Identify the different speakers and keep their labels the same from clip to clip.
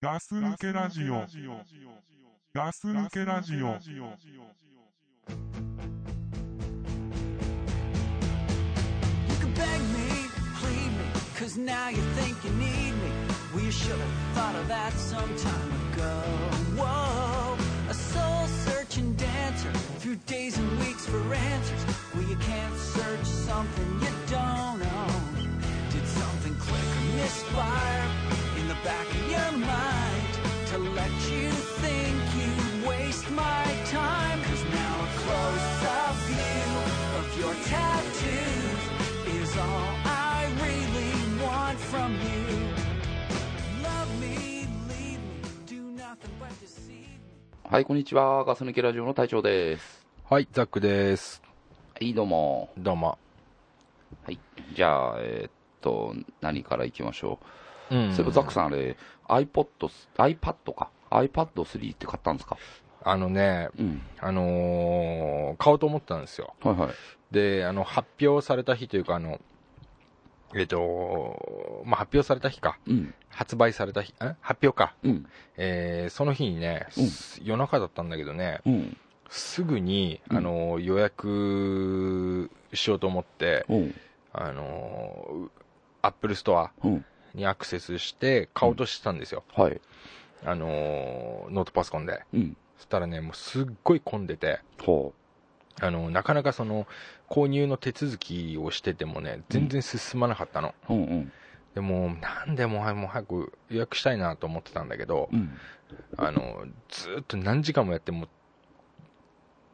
Speaker 1: ガス抜けラジオ。ガス抜けラジオ。
Speaker 2: You can beg me, plead me, cause now you think you need me. We should have thought of that some time ago. Whoa, a soul searching dancer through days and weeks for answers. Well, you can't search something you don't own. Did something click or misfire in the back of your mind to let you think you waste my time? Cause now a close up view of your tattoos is all I really want from you. Love me, lead me, do nothing but deceive me.
Speaker 3: はい、こんにちは。ガス抜けラジオの隊長です。
Speaker 4: はい、ザックです。
Speaker 3: はい、どうも。
Speaker 4: どうも。
Speaker 3: はい。じゃあ、えーっと、何からいきましょ
Speaker 4: う
Speaker 3: う。
Speaker 4: ん
Speaker 3: そういえば、ザックさん、あれ、iPod、iPad か。iPad3 って買ったんですか
Speaker 4: あのね、
Speaker 3: うん。
Speaker 4: あのー買おうと思ったんですよ。
Speaker 3: はいはい。
Speaker 4: で、あの、発表された日というか、あの、えっ、と、まあ、発表された日か。
Speaker 3: うん。
Speaker 4: 発売された日、ん発表か。
Speaker 3: うん。
Speaker 4: えーその日にね、
Speaker 3: うん
Speaker 4: す夜中だったんだけどね、
Speaker 3: うん。
Speaker 4: すぐに、
Speaker 3: うん
Speaker 4: あのー予約しようと思って、
Speaker 3: うん。
Speaker 4: あのアップルストア
Speaker 3: うん。
Speaker 4: にアクセスして買おうとしてたんですよ。
Speaker 3: はい。
Speaker 4: あのーノートパソコンで。
Speaker 3: うん。
Speaker 4: そしたらね、もうすっごい混んでて、
Speaker 3: ほ
Speaker 4: あの、なかなかその、購入の手続きをしててもね、全然進まなかったの。
Speaker 3: う。うんうん。
Speaker 4: でも、なんでもうはいもう早く予約したいなと思ってたんだけど
Speaker 3: う、ん。
Speaker 4: あの、ずーっと何時間もやっても、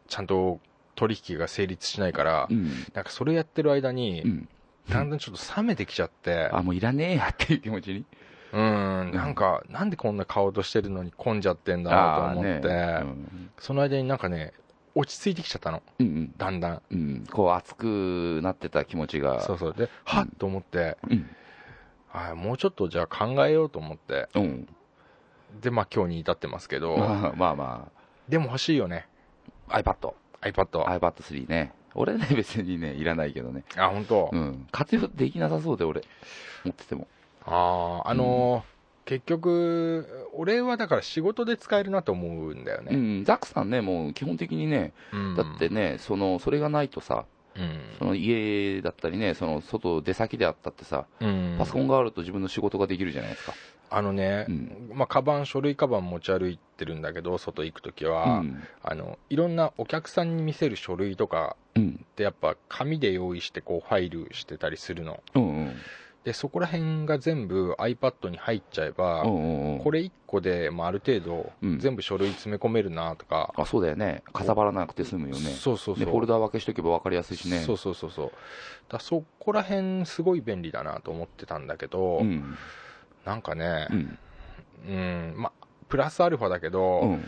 Speaker 4: ちゃんと取引が成立しないから、
Speaker 3: うん。
Speaker 4: なんかそれやってる間
Speaker 3: う
Speaker 4: に、
Speaker 3: ん。
Speaker 4: だんだんちょっと冷めてきちゃって、
Speaker 3: あ、もういらねえやっていう気持ちに。
Speaker 4: うーん、なんか、なんでこんな買おうとしてるのに混んじゃってんだなと思って、
Speaker 3: あーね
Speaker 4: その間になんかね、落ち着いてきちゃったの、
Speaker 3: うん。うん
Speaker 4: だんだん。
Speaker 3: うん。うん。こう、熱くなってた気持ちが。
Speaker 4: そうそう。で、はっと思って、
Speaker 3: うん。
Speaker 4: あもうちょっとじゃあ考えようと思って、
Speaker 3: うん。
Speaker 4: で、まあ今日に至ってますけど、
Speaker 3: ま あまあま
Speaker 4: でも欲しいよね、
Speaker 3: あ。iPad。
Speaker 4: iPad は。
Speaker 3: iPad3 ね。俺ね、別にね、いらないけどね。
Speaker 4: あ、本当。
Speaker 3: うん。活用できなさそうで、俺。持ってても。
Speaker 4: ああ、あのー結局、俺はだから仕事で使えるなと思うんだよ
Speaker 3: う
Speaker 4: ね。
Speaker 3: ん。ザックさんね、もう基本的にね、
Speaker 4: うん
Speaker 3: だって、ね、その、それがないとさ、
Speaker 4: うん
Speaker 3: その家だったりね、その外、出先であったってさ、
Speaker 4: うん
Speaker 3: パソコンがあると自分の仕事ができるじゃないですか。
Speaker 4: あのね、
Speaker 3: うん
Speaker 4: まあ、カバン、書類カバン持ち歩いてるんだけど、外行くとき
Speaker 3: う
Speaker 4: は、
Speaker 3: ん。
Speaker 4: あの、いろんなお客さんに見せる書類とか
Speaker 3: うん。
Speaker 4: って、やっぱ紙で用意して、こう、ファイルしてたりするの。
Speaker 3: うんうん。
Speaker 4: でそこら辺が全部 iPad に入っちゃえば、
Speaker 3: うんうんうん。
Speaker 4: これ1個で、まあ、ある程度
Speaker 3: うん
Speaker 4: 全部書類詰め込めるなとか、
Speaker 3: あ、そうだよね。かさばらなくて済むよね。
Speaker 4: そうそうそ
Speaker 3: で、
Speaker 4: う
Speaker 3: フォルダー分けしとけば分かりやすいしね。
Speaker 4: そうそうそうそうだそこら辺すごい便利だなと思ってたんだけど、
Speaker 3: うん。
Speaker 4: なんかね
Speaker 3: う、ん。
Speaker 4: うんまあ、プラスアルファだけ
Speaker 3: う
Speaker 4: ど、
Speaker 3: ん。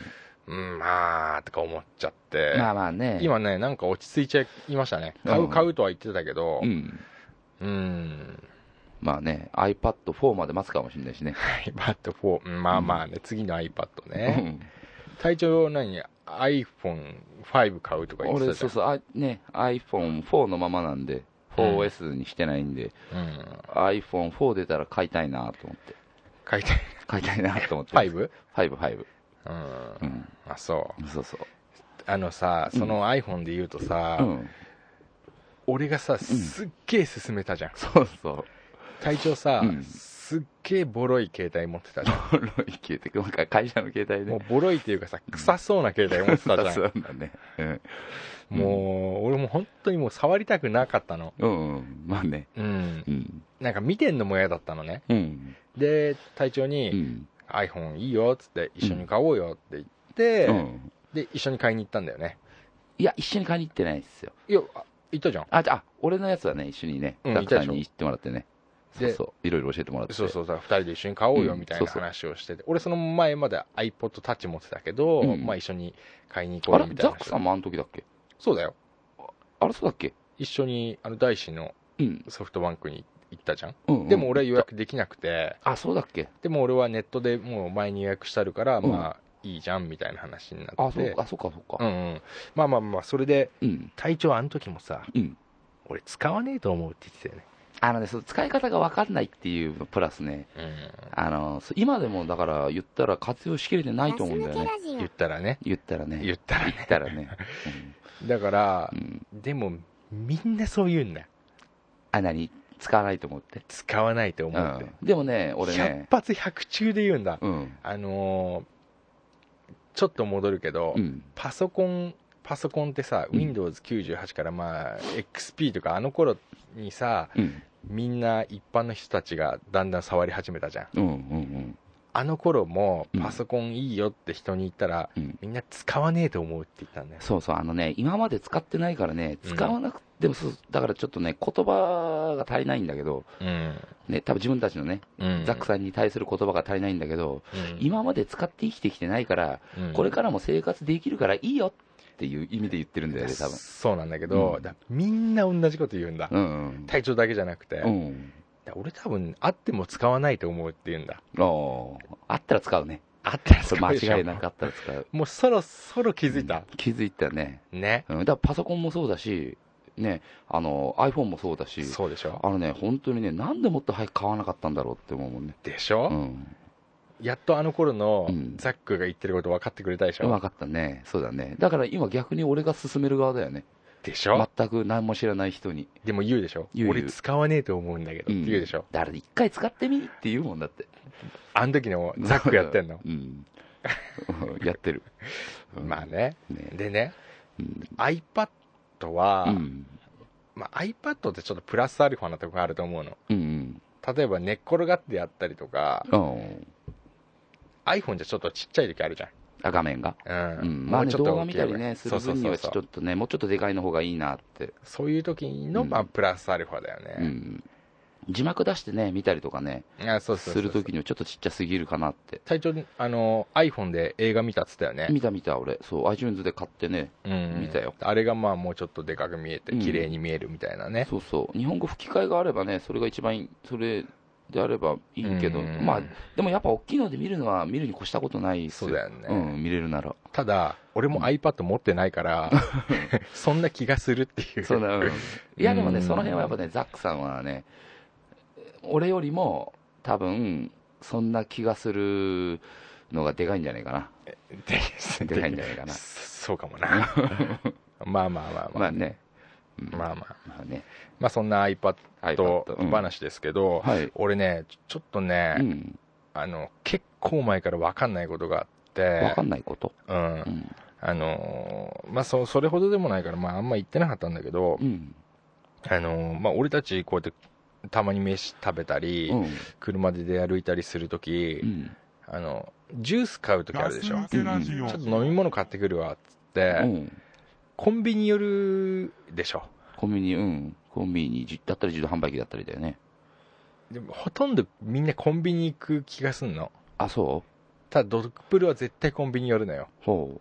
Speaker 4: うん、まあとか思っちゃって、
Speaker 3: まあまあね。。
Speaker 4: 今ねなんか落ち着いちゃいましたね
Speaker 3: うん
Speaker 4: 買う買うとは言ってたけど
Speaker 3: う、ん。
Speaker 4: うん、
Speaker 3: まあね、iPad4 まで待つかもしれないしね。
Speaker 4: iPad4、うんまあまあね、次の iPad
Speaker 3: う
Speaker 4: ね、
Speaker 3: ん。
Speaker 4: 体調何 iPhone5 買うとか言って
Speaker 3: 俺、
Speaker 4: たじ
Speaker 3: そう
Speaker 4: ゃ
Speaker 3: んそう、あね、iPhone4 のままなんで、4S にしてないんで、
Speaker 4: うん、
Speaker 3: iPhone4 出たら買いたいなと思って。
Speaker 4: 買いたい
Speaker 3: 買いたいなと思って。
Speaker 4: 5?
Speaker 3: 5、5。
Speaker 4: うん、
Speaker 3: うん。
Speaker 4: あそう
Speaker 3: そうそう。
Speaker 4: あのさその iPhone で言うとさ、
Speaker 3: うん。
Speaker 4: 俺がさすっげえ進めたじゃん、
Speaker 3: そうそう。
Speaker 4: 隊長さ、
Speaker 3: うん
Speaker 4: すっげえボロい携帯持ってたじゃん
Speaker 3: ボロい携帯、なんか会社の携帯
Speaker 4: もう
Speaker 3: ね。
Speaker 4: ボロいっていうかさ臭そうな携帯持ってたじゃん
Speaker 3: そうだね。うん。
Speaker 4: もう俺もう本当にもう触りたくなかったの
Speaker 3: うんうん。まあね。
Speaker 4: うん
Speaker 3: うん。
Speaker 4: なんか見てんのも嫌だったのね
Speaker 3: うん。
Speaker 4: で隊長
Speaker 3: う
Speaker 4: に、
Speaker 3: ん。
Speaker 4: iPhone いいよっつって一緒に買おうよって言って、
Speaker 3: うん。
Speaker 4: で一緒に買いに行ったんだよね
Speaker 3: いや、一緒に買いに行ってないですよ。
Speaker 4: いやあ行ったじゃん
Speaker 3: あ、じゃあ、俺のやつはね、一緒にね、
Speaker 4: うん
Speaker 3: ダックさん
Speaker 4: いたでしょ
Speaker 3: に行ってもらってね。そう
Speaker 4: で
Speaker 3: そう。いろいろ教えてもらって。
Speaker 4: そうそうそう、2人で一緒に買おうよみたい
Speaker 3: うん
Speaker 4: な
Speaker 3: そうそう
Speaker 4: 話をしてて、俺、その前まで iPod Touch 持ってたけど、
Speaker 3: うん
Speaker 4: まあ一緒に買いに行こ
Speaker 3: あ
Speaker 4: うよ
Speaker 3: れ、
Speaker 4: みたい
Speaker 3: ザ
Speaker 4: な
Speaker 3: ッ
Speaker 4: 話
Speaker 3: クさんもあの時だっけ
Speaker 4: そうだよ、
Speaker 3: あれ、そうだっけ
Speaker 4: 一緒にあの大志の
Speaker 3: うん。
Speaker 4: ソフトバンクに行ったじゃん、
Speaker 3: うんうん
Speaker 4: でも俺は予約できなくて、
Speaker 3: あ、そうだっけ
Speaker 4: でも俺はネットでもう前に予約してあるから、
Speaker 3: うん
Speaker 4: まあいいじゃんみたいな話になって、
Speaker 3: あ、そうあそうか、そう
Speaker 4: う
Speaker 3: か。
Speaker 4: んうん、まあまあまあ、それで、
Speaker 3: うん。
Speaker 4: 隊長、あの時もさ、
Speaker 3: うん。
Speaker 4: 俺、使わねえと思うって言ってたよね。
Speaker 3: あのね、その使い方が分かんないっていうのプラスね、
Speaker 4: うん。
Speaker 3: あの、そう今でもだから言ったら活用しきれてないと思うんだよね。
Speaker 4: 言ったらね。
Speaker 3: 言ったらね。
Speaker 4: 言ったらね。
Speaker 3: たらね。
Speaker 4: だから
Speaker 3: う、ん。
Speaker 4: でも、みんなそう言うんだ。
Speaker 3: あ、何使わないと思って。
Speaker 4: 使わないと思
Speaker 3: う
Speaker 4: って
Speaker 3: ん。。でもね、俺
Speaker 4: 100
Speaker 3: ね。
Speaker 4: 発100中で言うんだ。
Speaker 3: うん。
Speaker 4: あのーちょっと戻るけど、
Speaker 3: うん。
Speaker 4: パソコン、パソコンってさ、
Speaker 3: うん
Speaker 4: Windows98 からまあ、XP とかあの頃にさ、
Speaker 3: うん。
Speaker 4: みんな一般の人たちがだんだん触り始めたじゃん。
Speaker 3: うん。うん。
Speaker 4: あの頃も
Speaker 3: うん
Speaker 4: パソコンいいよって人に言ったら、
Speaker 3: うん
Speaker 4: みんな使わねえと思うって言ったんだよ。
Speaker 3: そうそう、あのね、今まで使ってないからね、
Speaker 4: うん
Speaker 3: 使わなくても、そうだからちょっとね、言葉が足りないんだけど、
Speaker 4: うん。
Speaker 3: ね、多分自分たちのね、
Speaker 4: うん
Speaker 3: ザックさんに対する言葉が足りないんだけど、今まで使って生きてきてないから、
Speaker 4: うん
Speaker 3: これからも生活できるからいいよっていう意味で言ってるんだよね、多分。
Speaker 4: そうなんだけど、
Speaker 3: うん
Speaker 4: だみんな同じこと言うんだ。
Speaker 3: うん
Speaker 4: 体調だけじゃなくて、
Speaker 3: うん。うん。
Speaker 4: だ俺多分あっても使わないと思うって言うんだ。
Speaker 3: ああ、あったら使うね。
Speaker 4: あったら
Speaker 3: そ
Speaker 4: 使
Speaker 3: れ
Speaker 4: うでしょ
Speaker 3: 間違いなくあったら使う。
Speaker 4: もうそろそろ気づいた。
Speaker 3: 気づいたね。
Speaker 4: ね。
Speaker 3: うん。だからパソコンもそうだし、ね、あの、iPhone もそうだし、
Speaker 4: そうでしょ
Speaker 3: あのね、本当にね、なんでもっと早く買わなかったんだろうって思うもんね。
Speaker 4: でしょ、
Speaker 3: うん。
Speaker 4: やっとあの頃の
Speaker 3: うん
Speaker 4: ザックが言ってること分かってくれたでしょ、
Speaker 3: 分かったね、そうだね、だから今、逆に俺が勧める側だよね、
Speaker 4: でしょ、
Speaker 3: 全く何も知らない人に、
Speaker 4: でも言うでしょ
Speaker 3: 言う言う
Speaker 4: 俺使わねえと思うんだけどって言うでしょ、
Speaker 3: だから一回使ってみって言うもんだって、
Speaker 4: あの時のザックやってんの
Speaker 3: うん、やってる、うん
Speaker 4: まあね。
Speaker 3: ね、
Speaker 4: でね、
Speaker 3: うん、
Speaker 4: iPad は、
Speaker 3: うん、
Speaker 4: まあ、iPad ってちょっとプラスアルファなとこがあると思うの。
Speaker 3: うん、
Speaker 4: 例えば寝っ転がってやったりとか、
Speaker 3: うん、
Speaker 4: iPhone じゃちょっとちっちゃい時あるじ
Speaker 3: あ画面が、
Speaker 4: ゃん。
Speaker 3: う
Speaker 4: うん。
Speaker 3: ん、まあね、
Speaker 4: ちょっと
Speaker 3: 動画見たりね、する
Speaker 4: そうそう
Speaker 3: 分に
Speaker 4: そう
Speaker 3: はち
Speaker 4: そ
Speaker 3: ょ
Speaker 4: う
Speaker 3: っ。とね、もうちょっとでかいの方がいいなって、
Speaker 4: そういう時の、
Speaker 3: うん
Speaker 4: まあ、プラスアルファだよ
Speaker 3: う
Speaker 4: ね。
Speaker 3: ん、字幕出してね、見たりとかね、
Speaker 4: あそうそう
Speaker 3: す
Speaker 4: そうそ
Speaker 3: る
Speaker 4: う。
Speaker 3: ときにはちょっとちっちゃすぎるかなって。
Speaker 4: 体調に、あの、iPhone で映画見たっつったよね。
Speaker 3: 見た見た俺、そう、iTunes で買ってね、
Speaker 4: うん
Speaker 3: 見たよ
Speaker 4: あれがまあもうちょっとでかく見えて
Speaker 3: うん
Speaker 4: 綺麗に見えるみたいなね、
Speaker 3: そうそう、日本語吹き替えがあればね、それが一番いい、それであればいいけど、
Speaker 4: うん
Speaker 3: まあ、でもやっぱ大きいので見るのは見るに越したことないですよ
Speaker 4: そうだよね
Speaker 3: うん、見れるなら。
Speaker 4: ただ俺も iPad 持ってないから、そんな気がするっていう
Speaker 3: そうだ、うんいやでもね、
Speaker 4: うん
Speaker 3: その辺はやっぱね、ザックさんはね、俺よりも多分、そんな気がするのがでかいんじゃないかな。
Speaker 4: で
Speaker 3: でかいんじゃないかな
Speaker 4: そうかもな まあまあまあま
Speaker 3: ま
Speaker 4: あ、
Speaker 3: あね。うん
Speaker 4: まあまあ
Speaker 3: まあね。
Speaker 4: まあそんな iPad
Speaker 3: うん
Speaker 4: 話ですけど、
Speaker 3: はい。
Speaker 4: 俺ねちょちょっとね、
Speaker 3: うん。
Speaker 4: あの結構前から分かんないことがあって
Speaker 3: わかんないこと。
Speaker 4: うん
Speaker 3: うん。
Speaker 4: あのーまあそそれほどでもないから、まあ、あんま言ってなかったんだけど、
Speaker 3: うん。
Speaker 4: あのーまあ、俺たちこうやってたまに飯食べたり、
Speaker 3: うん。
Speaker 4: 車で出歩いたりするとき、
Speaker 3: うん。
Speaker 4: あのジュース買うときあ
Speaker 1: ガ
Speaker 4: る
Speaker 1: ス
Speaker 4: でしょ、
Speaker 1: 抜けラジ
Speaker 4: ち
Speaker 1: オ
Speaker 4: ょっと飲み物買ってくるわっつって、
Speaker 3: うん
Speaker 4: コンビニ寄るでしょ
Speaker 3: コンビニ、うん。コンビニじだったり自動販売機だったりだよね。
Speaker 4: でもほとんどみんなコンビニ行く気がすんの
Speaker 3: あ、そう
Speaker 4: ただドクプルは絶対コンビニ寄るのよ
Speaker 3: ほ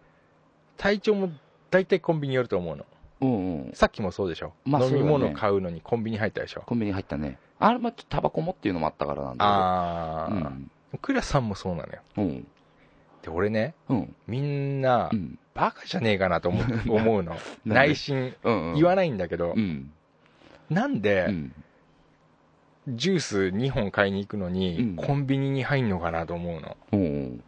Speaker 4: 体調も大体コンビニ寄ると思うの
Speaker 3: う。うんうん。
Speaker 4: さっきもそうでしょ、
Speaker 3: まあ
Speaker 4: 飲み
Speaker 3: そうだ
Speaker 4: 物
Speaker 3: ね
Speaker 4: 買うのにコンビニ入ったでしょ
Speaker 3: コンビニ入ったね。あれ、まあ、ちょっとタバコもっていうのもあったからなんだ
Speaker 4: あ
Speaker 3: けど。
Speaker 4: あ、クラさんもそうなのよ
Speaker 3: うん。うん。
Speaker 4: で俺ね
Speaker 3: うん。
Speaker 4: みんな
Speaker 3: うん。
Speaker 4: バカじゃねえかなと思う 思うの
Speaker 3: で
Speaker 4: 内心
Speaker 3: うん。
Speaker 4: 言わ
Speaker 3: な
Speaker 4: ないんだけど、
Speaker 3: うん。
Speaker 4: なん
Speaker 3: う
Speaker 4: で、
Speaker 3: ん。
Speaker 4: ジュース2本買いに行くのに、
Speaker 3: うん
Speaker 4: コンビニに入んのかなと思うの。
Speaker 3: うん。
Speaker 4: だ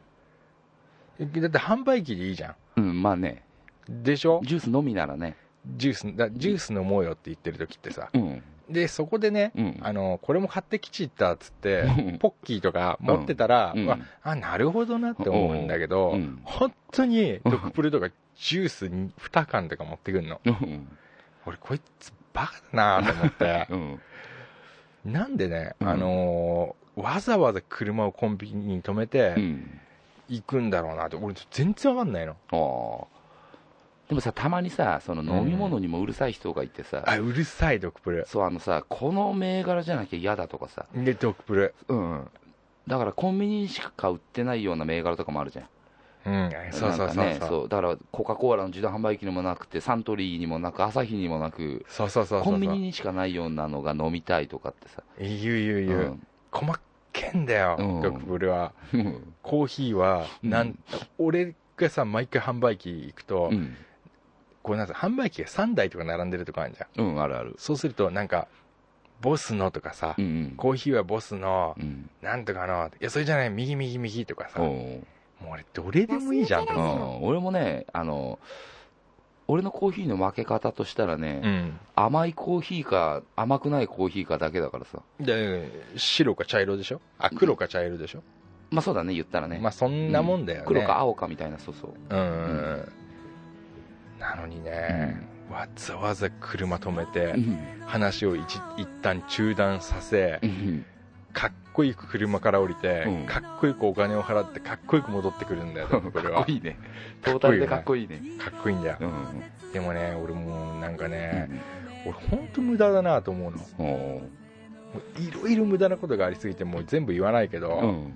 Speaker 4: って販売機でいいじゃ
Speaker 3: うん。まあね、
Speaker 4: ん。でしょ
Speaker 3: ジュースのみならね。
Speaker 4: ジュース、だジュース飲もうよって言ってる時ってさ。
Speaker 3: うん。
Speaker 4: で、そこでね、
Speaker 3: うん。
Speaker 4: あの、これも買ってきちったっつって
Speaker 3: うん、
Speaker 4: ポッキーとか持ってたら、
Speaker 3: うん
Speaker 4: うわあ、なるほどなって思うんだけど、
Speaker 3: うん
Speaker 4: 本当にドクプルとかジュース2缶とか持ってくんの。
Speaker 3: うん。
Speaker 4: 俺、こいつバカだなと思 って。
Speaker 3: うん。
Speaker 4: なんでね、
Speaker 3: うん
Speaker 4: あのーわざわざ車をコンビニに止めて、
Speaker 3: うん。
Speaker 4: 行くんだろうなって俺全然わかんないの
Speaker 3: ああ。でもさ、たまにさ、その飲み物にもうるさい人がいてさ、
Speaker 4: あうるさいドクプル
Speaker 3: そう、あのさ、この銘柄じゃなきゃ嫌だとかさ、
Speaker 4: でドクプル
Speaker 3: うん。だからコンビニにしか売ってないような銘柄とかもあるじゃん。
Speaker 4: うんそうそうそうそう、
Speaker 3: なんかね、そうだからコカ・コーラの自動販売機にもなくてサントリーにもなくアサヒにもなく
Speaker 4: そうそうそうそう
Speaker 3: コンビニにしかないようなのが飲みたいとかってさ、
Speaker 4: 言う言う言う、細けんだよ、
Speaker 3: うん
Speaker 4: ドクプルは
Speaker 3: うん
Speaker 4: コーヒーは
Speaker 3: うん
Speaker 4: なん、俺がさ毎回販売機行くと、
Speaker 3: うん、
Speaker 4: こうなんか販売機が3台とか並んでるとこあるじゃん
Speaker 3: うん、あるある
Speaker 4: そうするとなんかボスのとかさ、
Speaker 3: うんうん
Speaker 4: コーヒーはボスの、
Speaker 3: うん
Speaker 4: なんとかの、いや、それじゃない、右、右、右とかさ、
Speaker 3: お
Speaker 4: も
Speaker 3: う
Speaker 4: う俺、どれでもいいじゃんと
Speaker 3: う
Speaker 4: 思って
Speaker 3: ん俺もねあの俺のコーヒーの負け方としたらね、
Speaker 4: うん。
Speaker 3: 甘いコーヒーか甘くないコーヒーかだけだからさ
Speaker 4: で、白か茶色でしょあ、黒か茶色でしょ、
Speaker 3: まあそうだね言ったらね、
Speaker 4: まあ、そんなもんだよね。
Speaker 3: 黒か青かみたいなそうそう
Speaker 4: うんうんうん。なのにね、わざわざ車止めて、話を一一旦中断させ、
Speaker 3: うん
Speaker 4: かっこよく車から降りて、
Speaker 3: うん
Speaker 4: かっこよくお金を払ってかっこよく戻ってくるんだよ
Speaker 3: か
Speaker 4: 多分これは
Speaker 3: っこいいねト
Speaker 4: か
Speaker 3: ー
Speaker 4: っ
Speaker 3: タ
Speaker 4: こいい
Speaker 3: ル
Speaker 4: よね
Speaker 3: でかっこいいね
Speaker 4: かっこいいんだよ
Speaker 3: うん
Speaker 4: でもね俺もうなんかね、
Speaker 3: う
Speaker 4: 俺ほんと無駄だなと思うのも
Speaker 3: んおう
Speaker 4: ういろいろ無駄なことがありすぎてもう全部言わないけ
Speaker 3: う
Speaker 4: ど、
Speaker 3: ん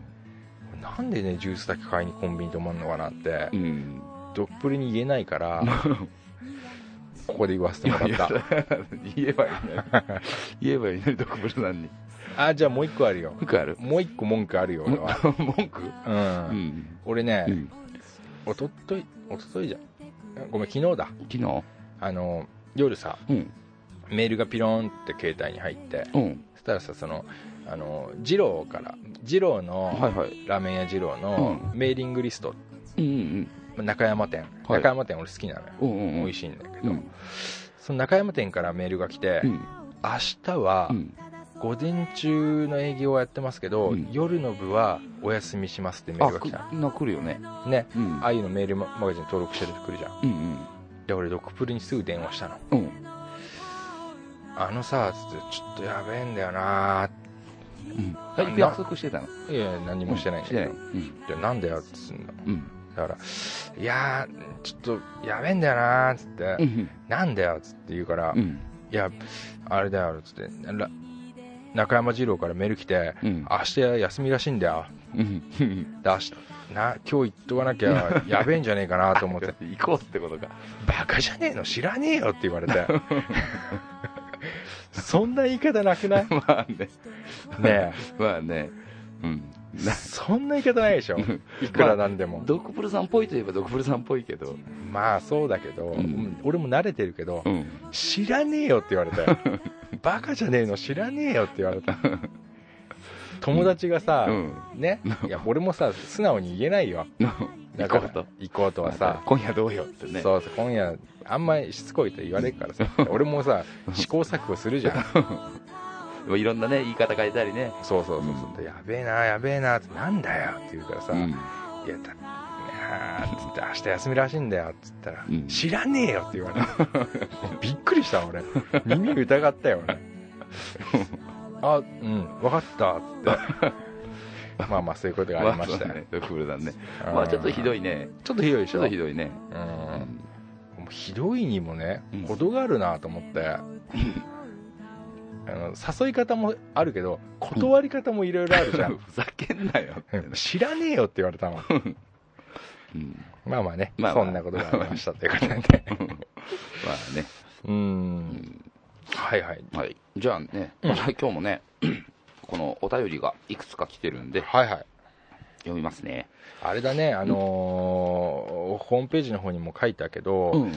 Speaker 4: なんでねジュースだけ買いにコンビニ泊まんのかなって
Speaker 3: うん
Speaker 4: どっぷりに言えないからここで言わせてもらった
Speaker 3: 言えばいいのに言えばいいのにドクブルさんに
Speaker 4: あじゃあもう一個あるよ
Speaker 3: 文句ある
Speaker 4: もう一個文句あるよ俺は、
Speaker 3: 文句
Speaker 4: うん
Speaker 3: うん
Speaker 4: 俺ね、
Speaker 3: うん
Speaker 4: おとといおとといじゃんごめん昨日だ
Speaker 3: 昨日
Speaker 4: あの夜さ
Speaker 3: うん
Speaker 4: メールがピローンって携帯に入って
Speaker 3: うん
Speaker 4: そしたらさそのあの二郎から二郎
Speaker 3: はい
Speaker 4: の
Speaker 3: はい
Speaker 4: ラーメン屋二郎の
Speaker 3: う
Speaker 4: メーリングリスト、
Speaker 3: うん
Speaker 4: 中山店、
Speaker 3: はい
Speaker 4: 中山店俺好きなのよ、
Speaker 3: うんうんうんうん
Speaker 4: 美味しいんだけ
Speaker 3: う
Speaker 4: ど、
Speaker 3: ん
Speaker 4: その中山店からメールが来て、
Speaker 3: うん
Speaker 4: 明日は
Speaker 3: うん
Speaker 4: 午前中の営業はやってますけど、
Speaker 3: うん
Speaker 4: 夜の部はお休みしますってメー
Speaker 3: あ
Speaker 4: ルが
Speaker 3: く
Speaker 4: 来た
Speaker 3: な来るよね
Speaker 4: のね
Speaker 3: うん
Speaker 4: ああいうのメールマガジン登録してるとくるじゃん
Speaker 3: うん
Speaker 4: で俺ドクプルにすぐ電話したの
Speaker 3: うんうん
Speaker 4: あのさつってちょっとやべえんだよなーっ
Speaker 3: うんえ約束してたの
Speaker 4: ていや何もしてないんだ
Speaker 3: し
Speaker 4: け
Speaker 3: て
Speaker 4: ど、
Speaker 3: ないうん
Speaker 4: じゃあなんだよっつうんだ
Speaker 3: うん
Speaker 4: だから「いやーちょっとやべえんだよな」っつって「
Speaker 3: うん
Speaker 4: なんだよ」っつって言うから「
Speaker 3: う
Speaker 4: い
Speaker 3: ん
Speaker 4: やあれだよ」っつってら中山二郎からメール来て「
Speaker 3: うん
Speaker 4: 明日休みらしいんだよ
Speaker 3: うんうん」
Speaker 4: で明日な今日行っとかなき ゃやべえんじゃねえかなと思って
Speaker 3: 行こうってことか
Speaker 4: 「バカじゃねえの知らねえよ」って言われて そんな言い方なくないね
Speaker 3: まあね
Speaker 4: え
Speaker 3: まあねうんな
Speaker 4: そんな言い方ないでしょいくらなんでも、
Speaker 3: ドクプルさんっぽいといえばドクプルさんっぽいけど
Speaker 4: まあそうだけど、
Speaker 3: ん
Speaker 4: 俺も慣れてるけど、
Speaker 3: ん
Speaker 4: 知らねえよって言わ れたよバカじゃねえの知らねえよって言われ た友達がさ、
Speaker 3: うん
Speaker 4: ね いや俺もさ素直に言えないよだ
Speaker 3: 行
Speaker 4: か
Speaker 3: こ
Speaker 4: ら
Speaker 3: うと
Speaker 4: 行こうとはさ、
Speaker 3: 今夜どうよってね
Speaker 4: そうそう今夜あんまりしつこいと言われるか らさ俺もさ試行錯誤するじゃん
Speaker 3: いろんなね言い方変えたりね
Speaker 4: そうそうそうそう、やべえなやべえなってなんだよって言うからさ、
Speaker 3: うん
Speaker 4: いやだなあつって明日休みらしいんだよっつったら、
Speaker 3: うん
Speaker 4: 知らねえよって言われた びっくりした俺耳疑ったよ俺あうん分かったっつ ってまあまあそういうことがありまし
Speaker 3: あそ
Speaker 4: た
Speaker 3: うだ
Speaker 4: ね
Speaker 3: ねドクプルさんねまあちょっとひど
Speaker 4: い
Speaker 3: いね
Speaker 4: ちょっとひどいでし
Speaker 3: ち
Speaker 4: ょ
Speaker 3: ょっとひどいね
Speaker 4: うんもうひどいにもね
Speaker 3: うん
Speaker 4: 程があるなと思って、あの誘い方もあるけど断り方もいろいろあるじゃん、
Speaker 3: ふざけんなよってね
Speaker 4: 知らねえよって言われたもん
Speaker 3: うん
Speaker 4: まあまあね、
Speaker 3: まあまあ
Speaker 4: そんなことがありましたということで。
Speaker 3: まあね
Speaker 4: うーん。はいはい。
Speaker 3: はいじゃあね
Speaker 4: うん
Speaker 3: また今日もね このお便りがいくつか来てるんで
Speaker 4: はいはい。
Speaker 3: 読みますね
Speaker 4: あれだね、あのーホームページの方にも書いたけど、
Speaker 3: う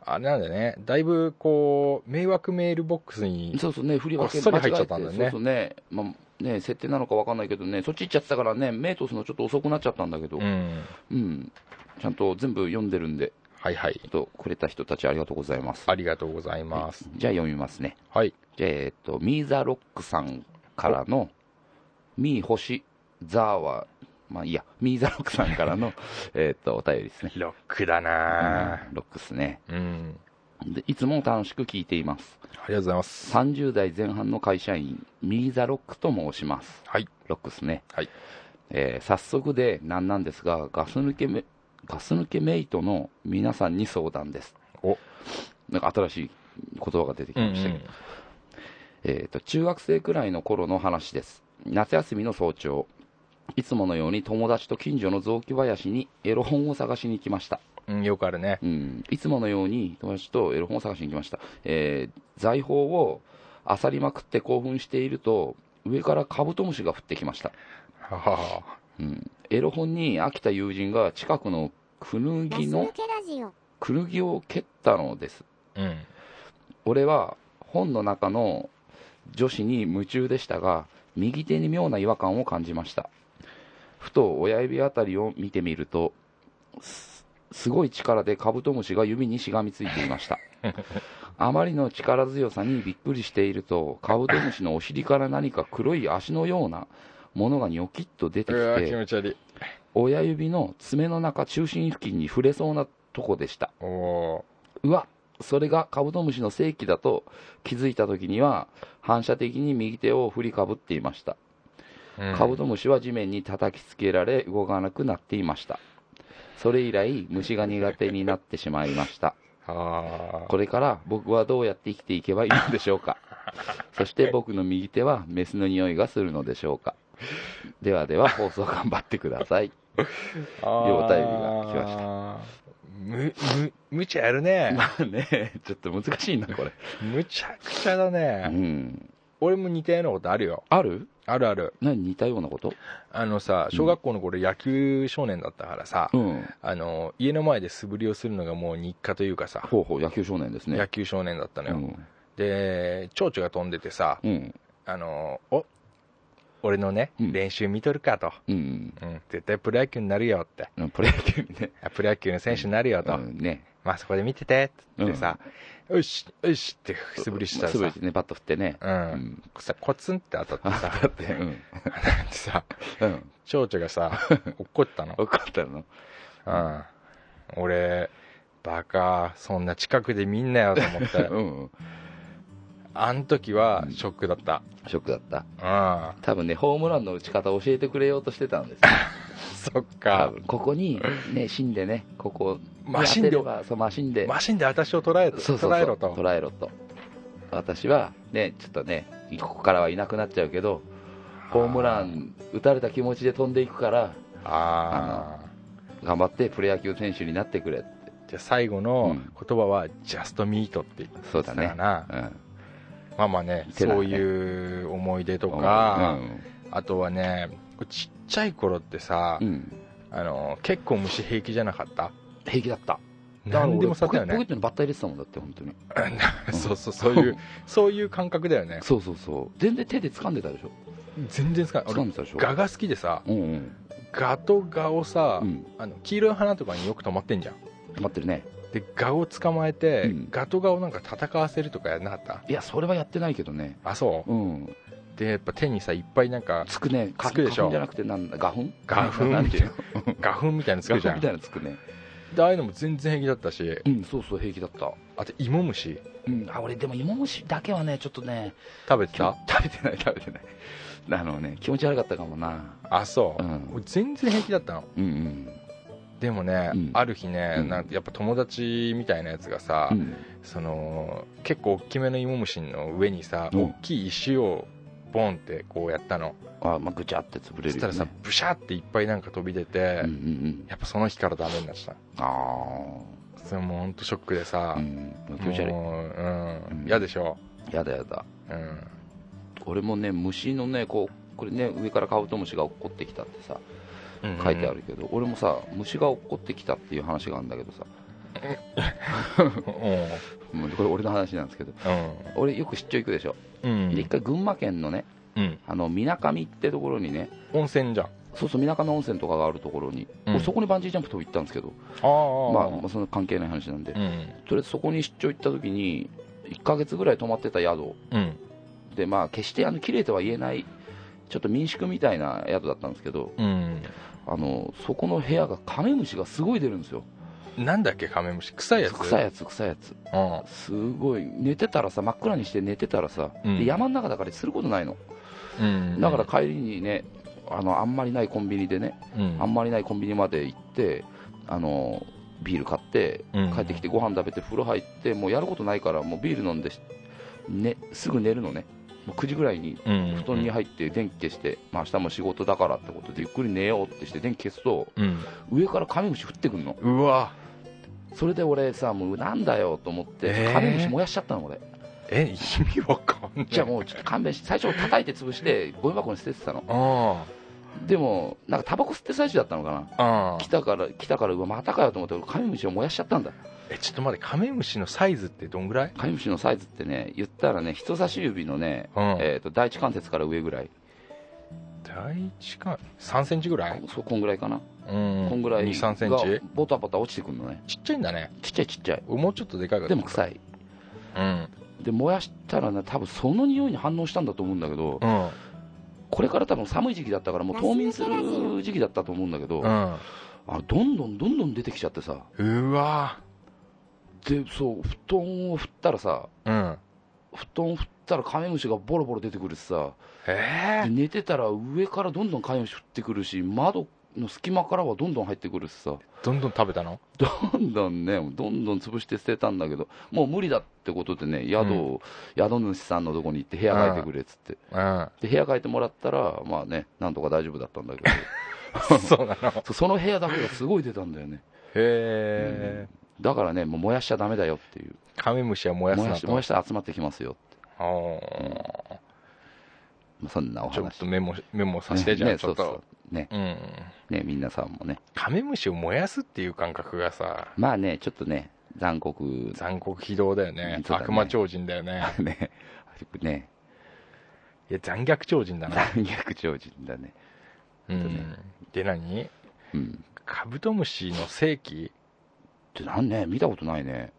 Speaker 4: あれなんだよね、だいぶこう、迷惑メールボックスに
Speaker 3: ん、、そうそうね振り分け
Speaker 4: あっさり入っちゃったんだよね
Speaker 3: 間違えてそうそうね,、まあ、ね設定なのかわかんないけどねそっち行っちゃってたからね目通すのちょっと遅くなっちゃったんだけど
Speaker 4: うん。
Speaker 3: うん、ちゃんと全部読んでるんで、
Speaker 4: はいはい
Speaker 3: ちょ。っとくれた人たちありがとうございます。
Speaker 4: ありがとうございます。
Speaker 3: じゃあ読みますね。
Speaker 4: はい。
Speaker 3: じゃあえっと、ミーザロックさんからの、ミー星ザーは、まあいいや、ミーザロックさんから の、えっと、お便りですね。
Speaker 4: ロックだな
Speaker 3: うんロックですね
Speaker 4: ぁうん。
Speaker 3: で。いつも楽しく聞いています
Speaker 4: あ。りがとうございます。
Speaker 3: 30代前半の会社員、ミーザロックと申します。
Speaker 4: はい。
Speaker 3: ロックですね。
Speaker 4: はい。
Speaker 3: えー早速でなんなんですが、ガス抜けめ、ガス抜けメイトの皆さんに相談です。
Speaker 4: お、
Speaker 3: なんか新しい言葉が出てき
Speaker 4: うん、う
Speaker 3: ましたけど、
Speaker 4: ん。
Speaker 3: えーと中学生くらいの頃の話です夏休みの早朝いつものように友達と近所の雑木林にエロ本を探しに行きました、
Speaker 4: うん、よくあるね。
Speaker 3: うん、いつものように友達とエロ本を探しに行きました、えー財宝を漁りまくって興奮していると上からカブトムシが降ってきました、
Speaker 4: はは
Speaker 3: うん、エロ本に飽きた友人が近くのクヌ
Speaker 5: ガ
Speaker 3: ギ
Speaker 5: ス抜
Speaker 3: の
Speaker 5: けラジオ。
Speaker 3: クヌギを蹴ったのです
Speaker 4: うん。
Speaker 3: 俺は本の中の女子に夢中でしたが右手に妙な違和感を感じましたふと親指あたりを見てみるとすすごい力でカブトムシが指にしがみついていま したあまりの力強さにびっくりしているとカブトムシのお尻から何か黒い足のようなものがニョキッと出て
Speaker 4: う
Speaker 3: き
Speaker 4: わ
Speaker 3: て
Speaker 4: 気持ち悪い
Speaker 3: 親指の爪の中中心付近に触れそうなとこでした
Speaker 4: おお
Speaker 3: うわそれがカブトムシの正規だと気づいた時には反射的に右手を振りかぶっていました、
Speaker 4: ー、うん
Speaker 3: カブトムシは地面に叩きつけられ動かなくなっていましたそれ以来虫が苦手になってしまいました
Speaker 4: あ
Speaker 3: これから僕はどうやって生きていけばいいのでしょうかそして僕の右手はメスの匂いがするのでしょうかではでは放送頑張ってください
Speaker 4: あー
Speaker 3: 両対比が来ました
Speaker 4: むむ無茶やるね
Speaker 3: まあ ねちょっと難しいなこれ
Speaker 4: むちゃくちゃだ
Speaker 3: う
Speaker 4: ね
Speaker 3: ん
Speaker 4: 俺も似たようなことあるよ
Speaker 3: ある
Speaker 4: あるある
Speaker 3: 何似たようなこと
Speaker 4: あのさ小学校の頃野球少年だったからさ、
Speaker 3: うん
Speaker 4: あの家の前で素振りをするのがもう日課というかさ、
Speaker 3: ほうほう野球少年ですね
Speaker 4: 野球少年だったの
Speaker 3: う
Speaker 4: よ、
Speaker 3: ん
Speaker 4: で蝶々が飛んでてさ
Speaker 3: うん
Speaker 4: あのお俺のね、
Speaker 3: うん
Speaker 4: 練習見とるかと、
Speaker 3: うん
Speaker 4: うん、絶対プロ野球になるよって
Speaker 3: うんプロ野球 ね
Speaker 4: あプロ野球の選手になるよと、
Speaker 3: うんね
Speaker 4: まあそこで見ててってさ、よしよしって素振りしたら
Speaker 3: 素振
Speaker 4: さ
Speaker 3: りしてねバット振ってね
Speaker 4: う
Speaker 3: うんん
Speaker 4: さコツンって 当たってさ
Speaker 3: だってうん
Speaker 4: なんてさ
Speaker 3: うん
Speaker 4: 蝶々 がさ怒ったの、
Speaker 3: 怒ったの
Speaker 4: うん、俺バカそんな近くで見んなよと思って
Speaker 3: うん
Speaker 4: あん時はショックだった
Speaker 3: ショックだった
Speaker 4: うん
Speaker 3: 多分ねホームランの打ち方を教えてくれようとしてたんですよ
Speaker 4: そっ
Speaker 3: 多
Speaker 4: か
Speaker 3: 分ここにね芯でねここを
Speaker 4: マシンで
Speaker 3: 当てればそうマシンで
Speaker 4: マシンで私を捉え
Speaker 3: そうそうそう
Speaker 4: 捉えろと
Speaker 3: 捉えろと私はねちょっとねここからはいなくなっちゃうけどホームラン打たれた気持ちで飛んでいくから
Speaker 4: ああ
Speaker 3: 頑張ってプロ野球選手になってくれって
Speaker 4: じゃあ最後
Speaker 3: う
Speaker 4: の
Speaker 3: ん
Speaker 4: 言葉は「ジャストミート」って言って
Speaker 3: そうだね
Speaker 4: たな
Speaker 3: うん
Speaker 4: まあまあね
Speaker 3: てなね
Speaker 4: そういう思い出とか、
Speaker 3: うん
Speaker 4: あとはねちっちゃい頃ってさ、
Speaker 3: うん、
Speaker 4: あの結構虫平気じゃなかった
Speaker 3: 平気だっただから
Speaker 4: 何でもさったよ
Speaker 3: 俺ポケポケッ
Speaker 4: ね
Speaker 3: トにバッタ入れてたもんだって本当に
Speaker 4: そうそうそういうそういう感覚だよね
Speaker 3: そうそうそう全然手で掴んでたでしょ
Speaker 4: 全然つかない
Speaker 3: 掴ん
Speaker 4: 俺
Speaker 3: でたでしょ
Speaker 4: ガが好きでさ
Speaker 3: うんうん
Speaker 4: ガとガをさ、
Speaker 3: うん
Speaker 4: あの黄色い花とかによく止まってんじゃん
Speaker 3: 止まってるね
Speaker 4: でガを捕まえて、
Speaker 3: うん
Speaker 4: ガとガをなんか戦わせるとかやんなかった
Speaker 3: いやそれはやってないけどね
Speaker 4: あそう
Speaker 3: うん
Speaker 4: でやっぱ手にさいっぱいなんか
Speaker 3: つくねか
Speaker 4: つくでし
Speaker 3: 花
Speaker 4: ょ
Speaker 3: 粉じゃなくてなんだ花粉
Speaker 4: 花粉
Speaker 3: なんていうの
Speaker 4: 画粉みたいなのつ
Speaker 3: 花
Speaker 4: くじ
Speaker 3: 粉
Speaker 4: ゃ
Speaker 3: み
Speaker 4: ん
Speaker 3: た
Speaker 4: で
Speaker 3: いなつくね
Speaker 4: ああいうのも全然平気だったし
Speaker 3: うんそうそう平気だった
Speaker 4: あと芋虫
Speaker 3: うんあ俺でも芋虫だけはねちょっとね
Speaker 4: 食べて
Speaker 3: きょ
Speaker 4: た
Speaker 3: 食べてない食べてないあのね気持ち悪かったかもな
Speaker 4: あそう、
Speaker 3: うん
Speaker 4: 俺全然平気だったの
Speaker 3: うんうん
Speaker 4: でもね、
Speaker 3: うん
Speaker 4: ある日ね、
Speaker 3: うん
Speaker 4: なんかやっぱ友達みたいなやつがさ、
Speaker 3: うん
Speaker 4: その結構大きめの芋虫の上にさ、
Speaker 3: うん
Speaker 4: 大きい石をボンってこうやったの
Speaker 3: あまあぐちゃって潰
Speaker 4: そ
Speaker 3: れる
Speaker 4: し
Speaker 3: よね
Speaker 4: たらさブシャっていっぱいなんか飛び出て、
Speaker 3: うんうんうん
Speaker 4: やっぱその日からダメになっちゃっ
Speaker 3: あ
Speaker 4: たそれもうほんとショックでさ
Speaker 3: あ、うん気持ち悪い
Speaker 4: もうう
Speaker 3: うん
Speaker 4: ん嫌でしょ、
Speaker 3: やだやだ
Speaker 4: うん、
Speaker 3: 俺もね虫のねこうこれね上からカブトムシが落っこってきたってさ書いてあるけど、俺もさ虫が落っこってきたっていう話があるんだけどさ
Speaker 4: うん
Speaker 3: もうこれ俺の話なんですけど俺よく出張行くでしょ、
Speaker 4: うん、
Speaker 3: で一回群馬県のね
Speaker 4: うん、
Speaker 3: あのみなかみってところにね
Speaker 4: 温泉じゃん
Speaker 3: そうそうみなかの温泉とかがあるところに、
Speaker 4: うん
Speaker 3: 俺そこにバンジージャンプ飛び行ったんですけど、
Speaker 4: ああ
Speaker 3: まあ、まあその関係ない話なんで、
Speaker 4: うん
Speaker 3: とりあえずそこに出張行った時に1ヶ月ぐらい泊まってた宿
Speaker 4: うん
Speaker 3: でまあ決してあの綺麗とは言えないちょっと民宿みたいな宿だったんですけど
Speaker 4: うん
Speaker 3: あのそこの部屋がカメムシがすごい出るんですよ
Speaker 4: なんだっけカメムシ臭いやつ
Speaker 3: 臭い
Speaker 4: い、
Speaker 3: やつ臭いやつ
Speaker 4: うん、
Speaker 3: すごい寝てたらさ真っ暗にして寝てたらさ、
Speaker 4: うん
Speaker 3: で山の中だからすることないの
Speaker 4: うん
Speaker 3: だから、帰りにねあのあんまりないコンビニでね
Speaker 4: うん、
Speaker 3: あんまりないコンビニまで行ってあのビール買って
Speaker 4: うん
Speaker 3: 帰ってきてご飯食べて風呂入ってもうやることないからもうビール飲んで、ね、すぐ寝るのねもう9時ぐらいに
Speaker 4: うん
Speaker 3: 布団に入って電気消して、まあ、明日も仕事だからってことでゆっくり寝ようってして電気消すと
Speaker 4: うん、
Speaker 3: 上からカメムシ降ってくるの
Speaker 4: うわ
Speaker 3: それで俺さもうなんだよと思って、
Speaker 4: えー
Speaker 3: カメムシ燃やしちゃったの俺
Speaker 4: え意味わかんない
Speaker 3: じゃあもうちょっと勘弁して最初叩いて潰してゴミ箱に捨ててたの
Speaker 4: あ
Speaker 3: でも、なんかタバコ吸ってる最中だったのかな。
Speaker 4: ああ
Speaker 3: 来たから、来たから、うわ、またかよと思って、俺、カメムシを燃やしちゃったんだ。
Speaker 4: えちょっと待ってカメムシのサイズってどんぐらい
Speaker 3: カメムシのサイズってね、言ったらね、人差し指のね、
Speaker 4: うん
Speaker 3: えっ、と、第一関節から上ぐらい。
Speaker 4: 第一か3センチぐらい
Speaker 3: そう、こんぐらいかな。
Speaker 4: うん
Speaker 3: こんぐらい
Speaker 4: 2 3セン
Speaker 3: が
Speaker 4: チ
Speaker 3: ボタボタ落ちてくるのね。
Speaker 4: ちっちゃいんだね
Speaker 3: ちっちゃいちっちゃい。
Speaker 4: 俺もうちょっとでかいか
Speaker 3: で
Speaker 4: ら
Speaker 3: も臭い。
Speaker 4: うん
Speaker 3: で、燃やしたらね、多分その匂いに反応したんだと思うんだけど、
Speaker 4: うん
Speaker 3: これから多分寒い時期だったから、もう冬眠する時期だったと思うんだけど、
Speaker 4: うん
Speaker 3: あどんどんどんどん出てきちゃってさ、
Speaker 4: うわ
Speaker 3: で、そう、布団を振ったらさ、
Speaker 4: うん
Speaker 3: 布団振ったらカメムシがボロボロ出てくるしさ、
Speaker 4: え
Speaker 3: で
Speaker 4: え
Speaker 3: 寝てたら上からどんどんカメムシ降ってくるし、窓の隙間からはどんどん入ってくるしさ、
Speaker 4: どんどん食べたの
Speaker 3: どんどんね、どんどん潰して捨てたんだけど、もう無理だってことでね、宿を、宿主さんのとこに行って部屋変えてくれっつって、
Speaker 4: うん
Speaker 3: で部屋変えてもらったら、まあね、なんとか大丈夫だったんだ けど、
Speaker 4: そうなのへ
Speaker 3: そうその部屋だけがすごい出たんだよね。
Speaker 4: え
Speaker 3: だからね、もう燃やしちゃダメだよっていう、
Speaker 4: カメムシは燃やす
Speaker 3: 燃や
Speaker 4: な
Speaker 3: し
Speaker 4: と
Speaker 3: 燃やしたら集まってきますよって、
Speaker 4: あー
Speaker 3: まあ、そんなお話
Speaker 4: ちょっとメモメモさせてじゃ
Speaker 3: ね
Speaker 4: んちょっ
Speaker 3: そう
Speaker 4: と
Speaker 3: そうね
Speaker 4: うん
Speaker 3: ね、皆さんもね、
Speaker 4: カメムシを燃やすっていう感覚がさ
Speaker 3: まあね、ちょっとね、残酷
Speaker 4: 残酷非道だよね
Speaker 3: そうだね
Speaker 4: 悪魔超人だよね
Speaker 3: だね、 ね
Speaker 4: いや残虐超人だな、
Speaker 3: 残虐超人だね、
Speaker 4: うん、で何
Speaker 3: うん、
Speaker 4: カブトムシの性器
Speaker 3: ってなんね、見たことないね、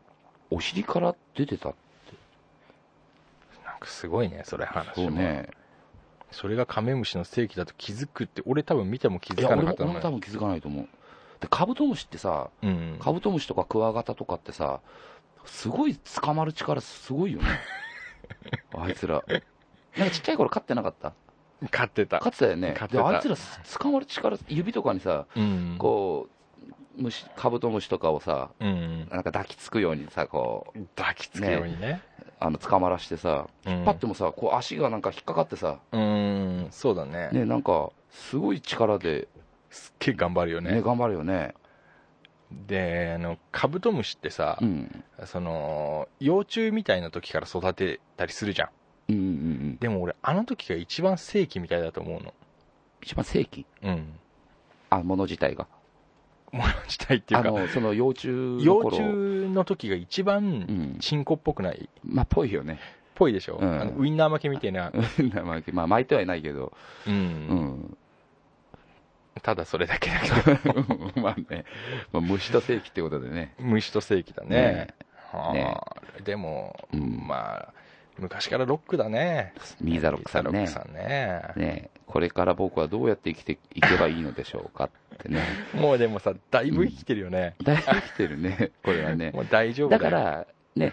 Speaker 3: お尻から出てた、
Speaker 4: なんかすごいねそれ話
Speaker 3: そう
Speaker 4: も
Speaker 3: ね、
Speaker 4: それがカメムシの性器だと気づくって俺多分見ても気
Speaker 3: い
Speaker 4: づ
Speaker 3: や
Speaker 4: か
Speaker 3: 俺も
Speaker 4: なかった
Speaker 3: 俺
Speaker 4: の
Speaker 3: も多
Speaker 4: ね
Speaker 3: 分気づかないと思う、でカブトムシってさ、
Speaker 4: うん
Speaker 3: カブトムシとかクワガタとかってさ、すごい捕まる力、すごい よね、あいつら。なんかちっちゃい頃飼ってなかった
Speaker 4: 飼ってた
Speaker 3: 飼ってたよね
Speaker 4: 飼って
Speaker 3: で
Speaker 4: た
Speaker 3: あいつら捕まる力指とかにさ
Speaker 4: うん
Speaker 3: こう虫カブトムシとかをさ
Speaker 4: うん
Speaker 3: なんか抱きつくようにさこう
Speaker 4: 抱きつくようにね
Speaker 3: あの捕まらしてさ
Speaker 4: 引っ
Speaker 3: パッてもさこう足がなんか引っかかってさ
Speaker 4: うんそうだね
Speaker 3: ねなんかすごい力です
Speaker 4: っげえ頑張るよ
Speaker 3: ね
Speaker 4: ね
Speaker 3: 頑張るよね
Speaker 4: であのカブトムシってさ
Speaker 3: うん
Speaker 4: その幼虫みたいな時から育てたりするじゃん
Speaker 3: うんうんうん
Speaker 4: でも俺あの時が一番正規みたいだと思うの
Speaker 3: 一番正規
Speaker 4: うん
Speaker 3: あもの自体が
Speaker 4: もらいたいってい
Speaker 3: あ
Speaker 4: うか
Speaker 3: のその幼虫の
Speaker 4: 幼
Speaker 3: 頃
Speaker 4: 虫の時が一
Speaker 3: う
Speaker 4: 番
Speaker 3: ん
Speaker 4: チンコっぽくないっ
Speaker 3: まあぽいよね
Speaker 4: ぽいでしょ、
Speaker 3: うん
Speaker 4: あのウインナー負けみたいな、
Speaker 3: まあまあ巻いてはいないけど
Speaker 4: うん
Speaker 3: うん
Speaker 4: ただそれだけだけど
Speaker 3: まあね、まあ、虫と正規ってことでね
Speaker 4: 虫と正規だね
Speaker 3: ね
Speaker 4: はあ
Speaker 3: ね
Speaker 4: でも、
Speaker 3: うん
Speaker 4: まあ昔からロックだね
Speaker 3: ミーザロックさん
Speaker 4: ミー
Speaker 3: ね
Speaker 4: ザロックさんね
Speaker 3: ねこれから僕はどうやって生きていけばいいのでしょうかって ね
Speaker 4: もうでもさだいぶ生きてるよね、
Speaker 3: だいぶ生きてるねこれはね
Speaker 4: もう大丈夫だ
Speaker 3: だ
Speaker 4: よ
Speaker 3: からね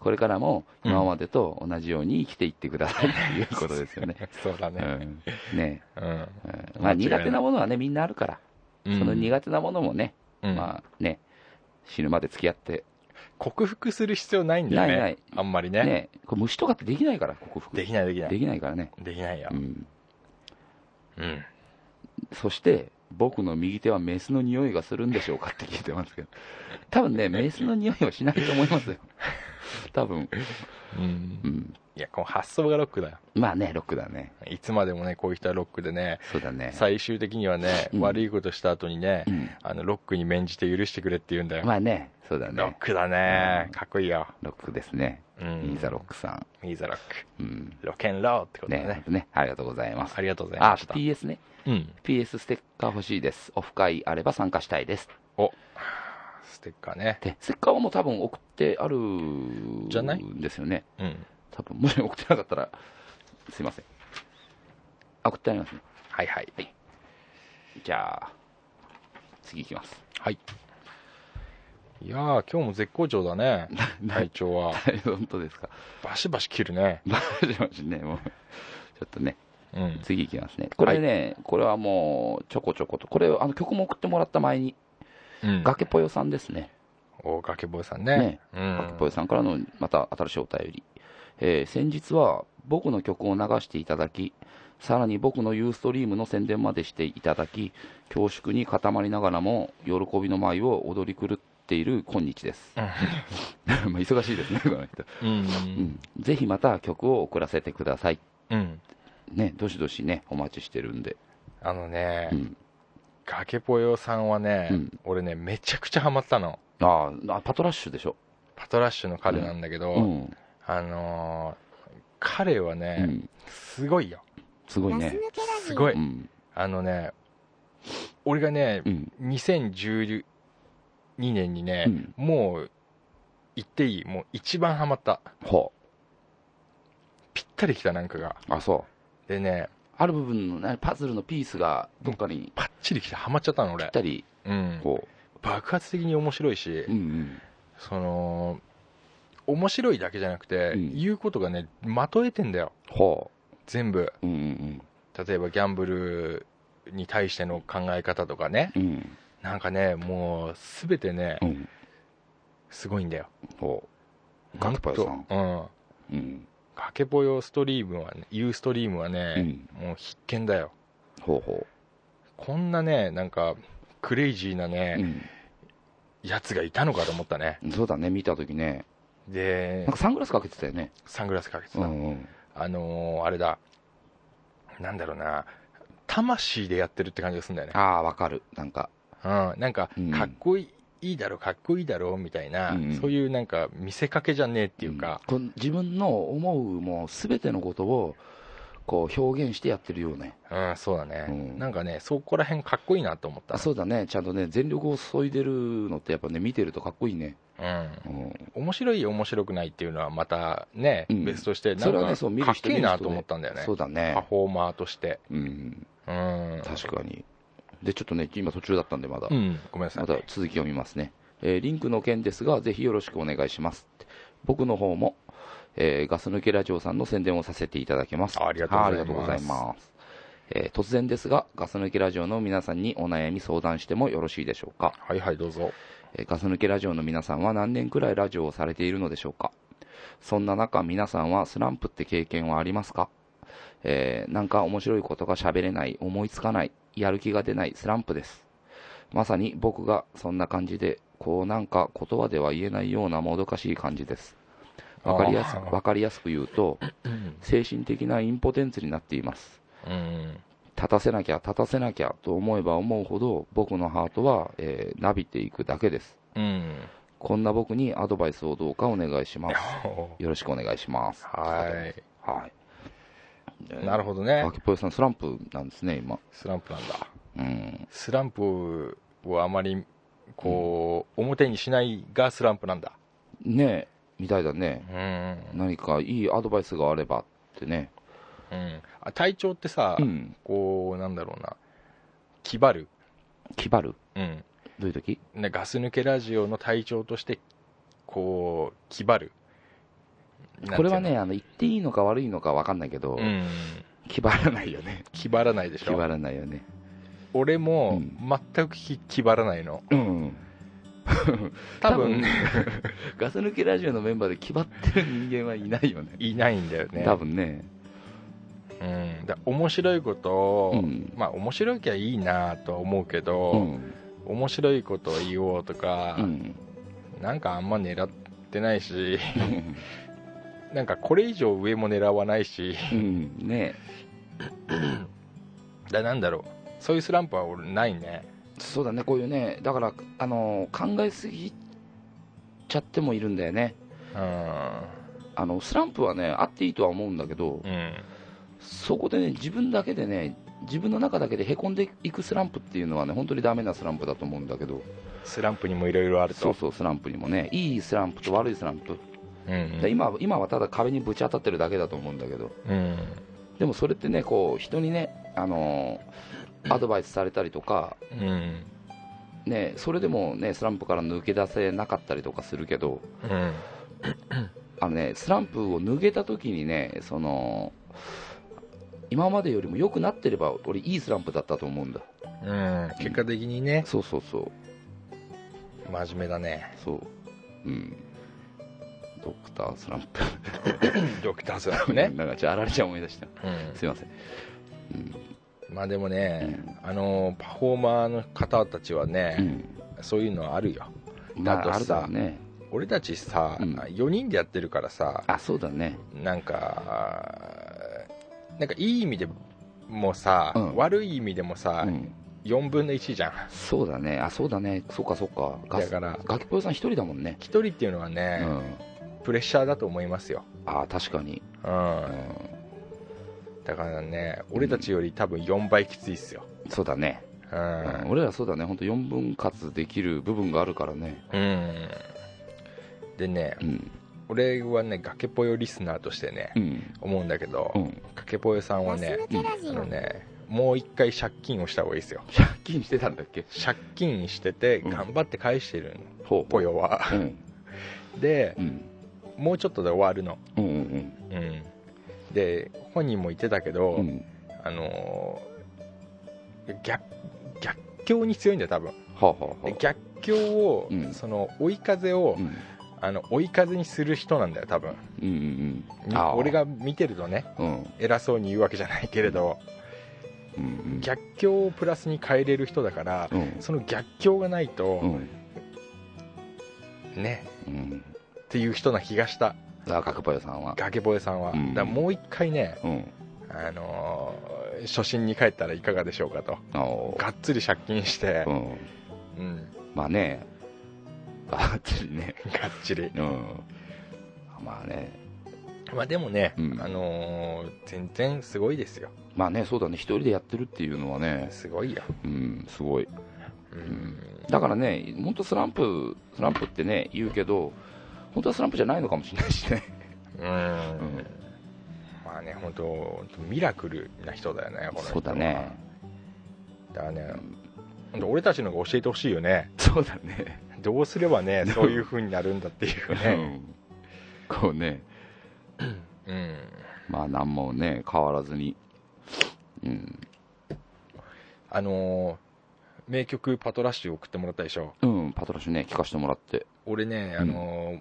Speaker 3: これからも今までと同じように生きていってくださいっていうことですよね
Speaker 4: そうだ
Speaker 3: う
Speaker 4: ね
Speaker 3: んね、
Speaker 4: うん、
Speaker 3: うんまあ、
Speaker 4: 間違いない
Speaker 3: 苦手なものはねみんなあるから、その苦手なものもね、
Speaker 4: うん
Speaker 3: まあね死ぬまで付き合って
Speaker 4: 克服する必要ないんだよね
Speaker 3: ないない
Speaker 4: あんまりね
Speaker 3: ねこれ虫とかってできないから克服
Speaker 4: できないできない
Speaker 3: で
Speaker 4: で
Speaker 3: きないからね、
Speaker 4: きないよ
Speaker 3: うん、
Speaker 4: うん
Speaker 3: そして僕の右手はメスの匂いがするんでしょうかって聞いてますけど多分ねメスの匂いはしないと思い ますよ多分、
Speaker 4: うん
Speaker 3: うん、
Speaker 4: いやこの発想がロックだよ
Speaker 3: まあねロックだね
Speaker 4: いつまでもねこういう人はロックでね
Speaker 3: そうだね、
Speaker 4: 最終的にはね、
Speaker 3: うん
Speaker 4: 悪いことした後にね、
Speaker 3: うん、
Speaker 4: あのロックに免じて許してくれって言うんだよ、
Speaker 3: まあねそうだ
Speaker 4: ロッ
Speaker 3: ね
Speaker 4: クだね、
Speaker 3: うん
Speaker 4: かっこいいよ、
Speaker 3: ロックですね
Speaker 4: う
Speaker 3: ミ
Speaker 4: ん
Speaker 3: ーザロックさ
Speaker 4: ミーザロック
Speaker 3: ん、うん、
Speaker 4: ロケンローってことだね
Speaker 3: ねねありがとうございます
Speaker 4: ありがとうござい
Speaker 3: あ
Speaker 4: ました
Speaker 3: PS ね
Speaker 4: うん、
Speaker 3: PS ステッカー欲しいですオフ会あれば参加したいです
Speaker 4: ステッカーね
Speaker 3: でステッカーはもう多分送ってある
Speaker 4: じゃない
Speaker 3: んですよね
Speaker 4: うん
Speaker 3: 多分もし送ってなかったらすいませんあ送ってありますね
Speaker 4: はいはい
Speaker 3: じゃあ、次いきます。
Speaker 4: はいいやー今日も絶好調だ ね体調は
Speaker 3: 本当ですか。
Speaker 4: バシバシ切るね
Speaker 3: まあ、もしね、もう、ちょっとね、
Speaker 4: うん
Speaker 3: 次いきますね。これね、これはもう、ちょこちょこと、これ、あの曲も送ってもらった前に、
Speaker 4: うん
Speaker 3: 崖ぽよさんですね。
Speaker 4: お崖坊さんね
Speaker 3: ね
Speaker 4: う
Speaker 3: 崖
Speaker 4: ん
Speaker 3: ぽよさんからの、また新しいお便り。えー先日は、僕の曲を流していただき、さらに僕のユーストリームの宣伝までしていただき、恐縮に固まりながらも、喜びの舞を踊り狂っている今日です。 まあ忙しいですね、この人。
Speaker 4: うん
Speaker 3: うんぜひまた曲を送らせてください。
Speaker 4: うん
Speaker 3: ね、どしどしね、お待ちしてるんで。
Speaker 4: あのね、
Speaker 3: うん
Speaker 4: 崖ぽよさんはね、
Speaker 3: うん
Speaker 4: 俺ねめちゃくちゃハマったの
Speaker 3: ああ、パトラッシュでしょ。
Speaker 4: パトラッシュの彼なんだけど、
Speaker 3: うん。
Speaker 4: あのー彼は
Speaker 3: う
Speaker 4: ね、
Speaker 3: ん。
Speaker 4: すごいよ
Speaker 3: すごいね。
Speaker 4: すごい、
Speaker 3: うん。
Speaker 4: あのね俺がね
Speaker 3: うん。
Speaker 4: 2012年にね
Speaker 3: う、ん。
Speaker 4: もう言っていいもう一番ハマった
Speaker 3: ほ
Speaker 4: ぴったりきたなんかが
Speaker 3: う。あ、そう。
Speaker 4: でね
Speaker 3: ある部分のね、パズルのピースがどっかに
Speaker 4: パッチリきてハマっちゃったの
Speaker 3: ぴっ
Speaker 4: 俺
Speaker 3: たり、
Speaker 4: うん
Speaker 3: こ
Speaker 4: 爆発的に面白いし
Speaker 3: う。うん
Speaker 4: その面白いだけじゃなくて、
Speaker 3: うん
Speaker 4: 言うことがねまとえてんだよ
Speaker 3: うん。ほ
Speaker 4: 全部
Speaker 3: う。うんうん
Speaker 4: 例えばギャンブルに対しての考え方とかね
Speaker 3: うん。うん。
Speaker 4: なんかねもう全てね
Speaker 3: うん。
Speaker 4: すごいんだよ
Speaker 3: ほう。ガクパヨさん。
Speaker 4: ほとうん
Speaker 3: うん。
Speaker 4: かけぽよストリームはね U ストリームは
Speaker 3: う
Speaker 4: ね、
Speaker 3: ん。
Speaker 4: もう必見だよ
Speaker 3: ほうほ
Speaker 4: こんなねなんかクレイジーな
Speaker 3: う。
Speaker 4: ね、やつがいたのかと思ったね
Speaker 3: うん。そうだね、見たときね。
Speaker 4: で
Speaker 3: なんかサングラスかけてたよね。
Speaker 4: サングラスかけて
Speaker 3: う
Speaker 4: た、
Speaker 3: んうん。
Speaker 4: あのーあれだなんだろうな魂でやってるって感じがするんだよね
Speaker 3: ああ、わかる。なんか。
Speaker 4: うん、なんか
Speaker 3: うん
Speaker 4: かっこいい,、だろかっこいいだろみたいな、
Speaker 3: うんうん
Speaker 4: そういうなんか見せかけじゃねえっていうか、
Speaker 3: この自分の思うもうすべてのことをこう表現してやってるよね
Speaker 4: うんそうだね、
Speaker 3: うん
Speaker 4: なんかねそこら辺かっこいいなと思った
Speaker 3: あそうだねちゃんとね全力を注いでるのってやっぱね見てるとかっこいいね、
Speaker 4: うん
Speaker 3: うん、
Speaker 4: 面白い面白くないっていうのはまたね、
Speaker 3: うん
Speaker 4: 別としてな
Speaker 3: そ
Speaker 4: ん
Speaker 3: れは
Speaker 4: かか
Speaker 3: ね
Speaker 4: っ
Speaker 3: そ
Speaker 4: こ
Speaker 3: う見る人
Speaker 4: いいな
Speaker 3: 見る人
Speaker 4: と
Speaker 3: で
Speaker 4: 思ったんだよね
Speaker 3: そうだ
Speaker 4: パ
Speaker 3: ね、
Speaker 4: フォーマーとして
Speaker 3: うん、
Speaker 4: うん
Speaker 3: 確かにでちょっとね今途中だったんでまだ、
Speaker 4: うんごめんなさ
Speaker 3: ま
Speaker 4: い
Speaker 3: た続き読みますね、えーリンクの件ですがぜひよろしくお願いします僕の方も、えーガス抜けラジオさんの宣伝をさせていただきます
Speaker 4: ありがとうございます
Speaker 3: ありがとうございますえー突然ですがガス抜けラジオの皆さんにお悩み相談してもよろしいでしょうか
Speaker 4: はいはいどうぞ
Speaker 3: えーガス抜けラジオの皆さんは何年くらいラジオをされているのでしょうかそんな中皆さんはスランプって経験はありますかえーなんか面白いことが喋れない、思いつかない、やる気が出ないスランプです。まさに僕がそんな感じで、こうなんか言葉では言えないようなもどかしい感じです。わかりやす
Speaker 4: あー
Speaker 3: く、わかりやすく言う と、
Speaker 4: うん、
Speaker 3: 精神的なインポテンツになっています。
Speaker 4: うん、
Speaker 3: 立たせなきゃ、立たせなきゃと思えば思うほど、僕のハートは、えーなびていくだけです。こんな僕にアドバイスをどうかお願いします。よろしくお願いします。
Speaker 4: は
Speaker 3: はい。
Speaker 4: いなるほど
Speaker 3: ど
Speaker 4: ね
Speaker 3: わけぽよさん、スランプなんですね、今。
Speaker 4: スランプなんだ
Speaker 3: うん。
Speaker 4: スランプをあまりこう、表にしないがスランプなんだ
Speaker 3: ねえ、みたいだね。
Speaker 4: うん、
Speaker 3: 何かいいアドバイスがあればってね。
Speaker 4: うん、あ体調ってさ、
Speaker 3: うん。
Speaker 4: こうなんだろうな気張る、
Speaker 3: 気張る
Speaker 4: うん、
Speaker 3: どういう時
Speaker 4: ねガス抜けラジオの体調としてこう気張る
Speaker 3: これはね、
Speaker 4: なん
Speaker 3: あの、言っていいのか悪いのかわかんないけど、
Speaker 4: ていうのうん、
Speaker 3: 気張らないよね。
Speaker 4: 気張らないでし
Speaker 3: 気
Speaker 4: ょ
Speaker 3: 張らないよね。
Speaker 4: 俺も
Speaker 3: うん
Speaker 4: 全く気気張らないの
Speaker 3: うん。
Speaker 4: 多分ね
Speaker 3: ガス抜けラジオのメンバーで気張ってる人間はいないよね。
Speaker 4: いないんだよね
Speaker 3: 多分ね。
Speaker 4: うん、だ面白いことを、
Speaker 3: うん
Speaker 4: まあ面白きゃいいなとは思うけど、
Speaker 3: うん。
Speaker 4: 面白いことを言おうとか、
Speaker 3: うん。
Speaker 4: なんかあんま狙ってないし なんかこれ以上上も狙わないし
Speaker 3: うん。ね
Speaker 4: だなんだろうそういうスランプは俺ないね
Speaker 3: そうだね、こういうね、だから、あの考えすぎちゃってもいるんだよね、
Speaker 4: うん、
Speaker 3: あのスランプはね、あっていいとは思うんだけど
Speaker 4: う、ん、
Speaker 3: そこでね、自分だけでね、自分の中だけでへこんでいくスランプっていうのはね、本当にダメなスランプだと思うんだけど、
Speaker 4: スランプにもいろいろある
Speaker 3: そう
Speaker 4: と
Speaker 3: そう、スランプにもね、いいスランプと悪いスランプ、
Speaker 4: うん
Speaker 3: で今は今はただ壁にぶち当たってるだけだと思うんだけど、
Speaker 4: うん
Speaker 3: でもそれってね、こう人にね、あのアドバイスされたりとか、
Speaker 4: うん
Speaker 3: ね、それでもね、スランプから抜け出せなかったりとかするけど、
Speaker 4: うん
Speaker 3: あのね、スランプを抜けた時にね、その、今までよりも良くなってれば、俺、いいスランプだったと思うんだ。
Speaker 4: うん結果的にね
Speaker 3: そうそうそう、
Speaker 4: 真面目だね
Speaker 3: そう。うん。ドクタースランプ。
Speaker 4: ドクタースランプね、
Speaker 3: なんか、ちょ、あられちゃん思い出した。
Speaker 4: うん、
Speaker 3: すいません。
Speaker 4: まあでもね、あのパフォーマーの方たちはね、
Speaker 3: うん。
Speaker 4: そういうのはあるよ
Speaker 3: まあ、
Speaker 4: だ
Speaker 3: あ
Speaker 4: と
Speaker 3: る
Speaker 4: さ
Speaker 3: だろうね。
Speaker 4: 俺たちさ、
Speaker 3: うん
Speaker 4: 4人でやってるからさ
Speaker 3: あ、そうだね。
Speaker 4: なんかなんかいい意味でもさ、
Speaker 3: うん
Speaker 4: 悪い意味でもさ、
Speaker 3: うん、
Speaker 4: 4分の1じゃん
Speaker 3: そうだねあそうだねそっかそっかガ
Speaker 4: だ
Speaker 3: ス
Speaker 4: から
Speaker 3: ガキポヨさん一人だもんね、
Speaker 4: 1人っていうのは
Speaker 3: う
Speaker 4: ね、
Speaker 3: ん、
Speaker 4: プレッシャーだと思いますよ、
Speaker 3: ああ確かに、
Speaker 4: うん、
Speaker 3: うん、
Speaker 4: だからね俺たちより多分4倍きついっすよ
Speaker 3: そうだね、
Speaker 4: う
Speaker 3: うん
Speaker 4: ん、
Speaker 3: 俺らそうだね本当4分割できる部分があるからね
Speaker 4: うん、でね
Speaker 3: うん
Speaker 4: 俺はね崖ぽよリスナーとしてね
Speaker 3: うん
Speaker 4: 思うんだけど、
Speaker 3: うん
Speaker 4: 崖ぽよさんはね
Speaker 3: うん
Speaker 4: あのねもう一回借金をした方がいいですよ
Speaker 3: 借金してたんだっけ
Speaker 4: 借金してて
Speaker 3: うん
Speaker 4: 頑張って返してるの、
Speaker 3: ほう
Speaker 4: ぽよは
Speaker 3: うん
Speaker 4: で
Speaker 3: うん
Speaker 4: もうちょっとで終わるの
Speaker 3: うんうん
Speaker 4: うんで本人も言ってたけど、
Speaker 3: うんうん
Speaker 4: あのー逆逆境に強いんだよ多分
Speaker 3: はあはあ
Speaker 4: で
Speaker 3: は
Speaker 4: 逆境を、
Speaker 3: うん
Speaker 4: その追い風を、
Speaker 3: あうん
Speaker 4: あの追い風にする人なんだよ多分
Speaker 3: うんうんうんあー
Speaker 4: 俺が見てるとね
Speaker 3: うん
Speaker 4: 偉そうに言うわけじゃないけれど、
Speaker 3: うんうん
Speaker 4: 逆境をプラスに変えれる人だから、
Speaker 3: うん
Speaker 4: その逆境がないと
Speaker 3: う、ん
Speaker 4: ね
Speaker 3: うん
Speaker 4: っていう人な気がした
Speaker 3: あかくぽよさんは
Speaker 4: 崖越えさんは、
Speaker 3: うん
Speaker 4: だからもう一回ね、
Speaker 3: うん
Speaker 4: あのー初心に帰ったらいかがでしょうかと
Speaker 3: あお
Speaker 4: がっつり借金して
Speaker 3: う、ん
Speaker 4: うん
Speaker 3: まあねばっちりね
Speaker 4: がっちり
Speaker 3: うんまあね
Speaker 4: まあでもね、
Speaker 3: うん
Speaker 4: あのー全然すごいですよ
Speaker 3: まあねそうだね一人でやってるっていうのはね
Speaker 4: すごいよ、
Speaker 3: うんすごい
Speaker 4: うん
Speaker 3: だからね、本当スランプ、スランプってね、言うけど、本当はスランプじゃないのかもしれないしね。
Speaker 4: うんまあね本当ミラクルな人だよねこの人は
Speaker 3: そうだね。
Speaker 4: だからねほんと俺たちのが教えてほしいよね
Speaker 3: そうだね。
Speaker 4: どうすればねそういう風になるんだっていうね、
Speaker 3: うんこうね、
Speaker 4: うん、
Speaker 3: まあ何もね、変わらずに。うん。
Speaker 4: あのー名曲「パトラッシュ」送ってもらったでしょ
Speaker 3: うん、パトラッシュね、聞かせてもらって。
Speaker 4: 俺ね、あの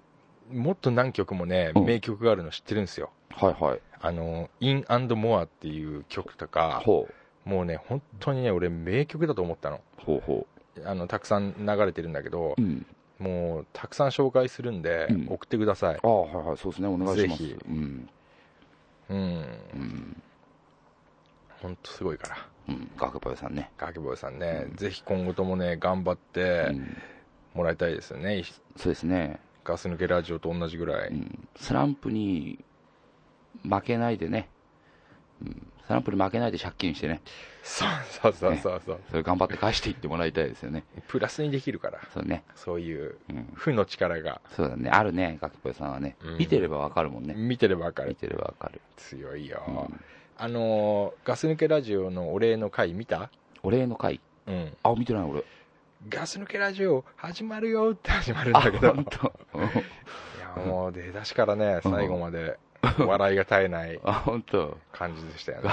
Speaker 4: ーもっと何曲もね
Speaker 3: うん
Speaker 4: 名曲があるの知ってるんですよ、
Speaker 3: はいはい。
Speaker 4: あのー「In and More」っていう曲とか
Speaker 3: ほう。
Speaker 4: もうね本当にね俺名曲だと思ったの
Speaker 3: ほうほ
Speaker 4: あのたくさん流れてるんだけど
Speaker 3: う。うん。
Speaker 4: もうたくさん紹介するんで、
Speaker 3: うん
Speaker 4: 送ってください
Speaker 3: ああ、はいはい。そうですね、お願いします。
Speaker 4: ぜひ
Speaker 3: うん。
Speaker 4: う
Speaker 3: う
Speaker 4: ん
Speaker 3: ん。
Speaker 4: 本当すごいから
Speaker 3: うん。学部さんね。
Speaker 4: ガキボーイさんね、
Speaker 3: うん
Speaker 4: ぜひ今後ともね頑張っ
Speaker 3: う
Speaker 4: て
Speaker 3: ん。
Speaker 4: もらいたいですよね、
Speaker 3: そうですね。
Speaker 4: ガス抜けラジオと同じぐらい、
Speaker 3: うんスランプに負けないでね、うん、スランプに負けないで借金してね、
Speaker 4: そうそうそうそうそう、
Speaker 3: それ頑張って返していってもらいたいですよね。
Speaker 4: プラスにできるから
Speaker 3: そうね。
Speaker 4: そういう
Speaker 3: うん。
Speaker 4: 負の力が
Speaker 3: そうだね。あるね、ガキポヨさんはね。
Speaker 4: うん
Speaker 3: 見てればわかるもんね。
Speaker 4: 見てれば分か
Speaker 3: 見
Speaker 4: る
Speaker 3: てればわかる。
Speaker 4: 強いよ、
Speaker 3: うん
Speaker 4: あのーガス抜けラジオのお礼の回見た
Speaker 3: お礼の会。
Speaker 4: うん
Speaker 3: あ、見てない俺。
Speaker 4: ガス抜けラジオ始まるよって始まるん
Speaker 3: あ、
Speaker 4: だけど
Speaker 3: ほんと。 うん
Speaker 4: いやもう出だしからね最後まで笑いが絶えない
Speaker 3: あ、ほんと。
Speaker 4: 感じでしたよ ね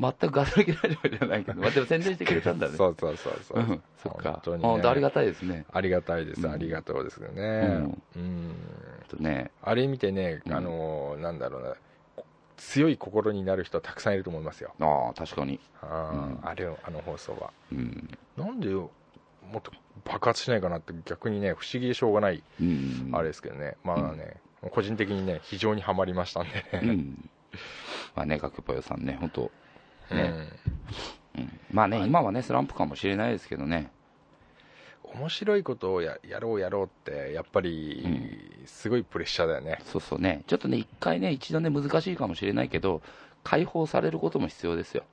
Speaker 3: 全くガス抜けラジオじゃないけど、まあ、でも宣伝してくれたんだね。
Speaker 4: そうそうそうそう、
Speaker 3: うん。そっか
Speaker 4: 本。当に、ね、
Speaker 3: 本当ありがたいですね。
Speaker 4: ありがたいです、
Speaker 3: うん
Speaker 4: ありがとうですよねうん、
Speaker 3: ちょっとね。
Speaker 4: あれ見てね
Speaker 3: うん
Speaker 4: あのーなんだろうなこ強い心になる人はたくさんいると思いますよ、
Speaker 3: ああ、確かに。
Speaker 4: あー
Speaker 3: うん
Speaker 4: あれをあの放送は
Speaker 3: うん。
Speaker 4: なんでもっと爆発しないかなって逆にね不思議でしょうがない
Speaker 3: うん。
Speaker 4: あれですけどね、まあね個人的にね非常にはまりましたんでね、
Speaker 3: うんまあね、学ぽよさんね、本当、
Speaker 4: うん
Speaker 3: ねうん、まあね、
Speaker 4: はい
Speaker 3: 今はね、スランプかもしれないですけどね、
Speaker 4: 面白いことをややろうやろうってやっぱりすごいプレッシャーだよね、
Speaker 3: そうそうね、ちょっとね、一回ね、一度ね、難しいかもしれないけど、解放されることも必要ですよ、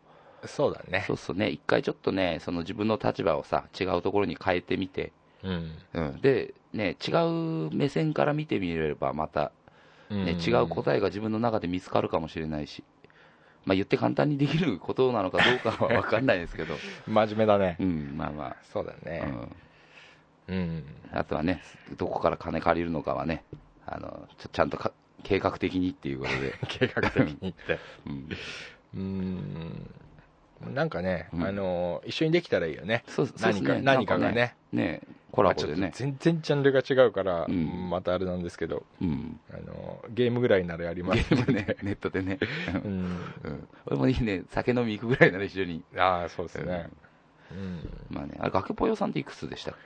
Speaker 4: そうだね
Speaker 3: そうそうね、一回ちょっとね、その自分の立場をさ、違うところに変えてみて、
Speaker 4: うん、
Speaker 3: うん、で、ね、違う目線から見てみれば、また、ね、違う
Speaker 4: と
Speaker 3: 答えが自分の中で見つかるかもしれないし。まあ、言って簡単にできることなのかどうかは分かんないですけ ど、
Speaker 4: 真面目だね
Speaker 3: うん、まあま
Speaker 4: そうだ
Speaker 3: あ、う
Speaker 4: ね
Speaker 3: ん、
Speaker 4: うん、
Speaker 3: あとはね、どこから金借りるのかはね、あのちょちゃんとか計画的にっていうこと で、
Speaker 4: 計画的 にって
Speaker 3: うん、
Speaker 4: うんなんかね、
Speaker 3: うん
Speaker 4: あの一緒にできたらいいよね
Speaker 3: そうそうです
Speaker 4: 何か
Speaker 3: ね、
Speaker 4: 何かが
Speaker 3: なん
Speaker 4: ね
Speaker 3: ね、コ
Speaker 4: ま
Speaker 3: ラ
Speaker 4: あ
Speaker 3: ボ
Speaker 4: ちょ
Speaker 3: で
Speaker 4: っと
Speaker 3: ね、
Speaker 4: 全然ジャンルが違うから、
Speaker 3: うん
Speaker 4: またあれなんですけど
Speaker 3: うん、
Speaker 4: あのゲームぐらいならやり
Speaker 3: ゲ
Speaker 4: ます
Speaker 3: ームね、 ネットでね、
Speaker 4: うん
Speaker 3: うん、俺もいいね、酒飲み行くぐらいなら一緒に、
Speaker 4: ああそうですねうん
Speaker 3: まあね、あれ、学ぽよさんっていくつでしたっけ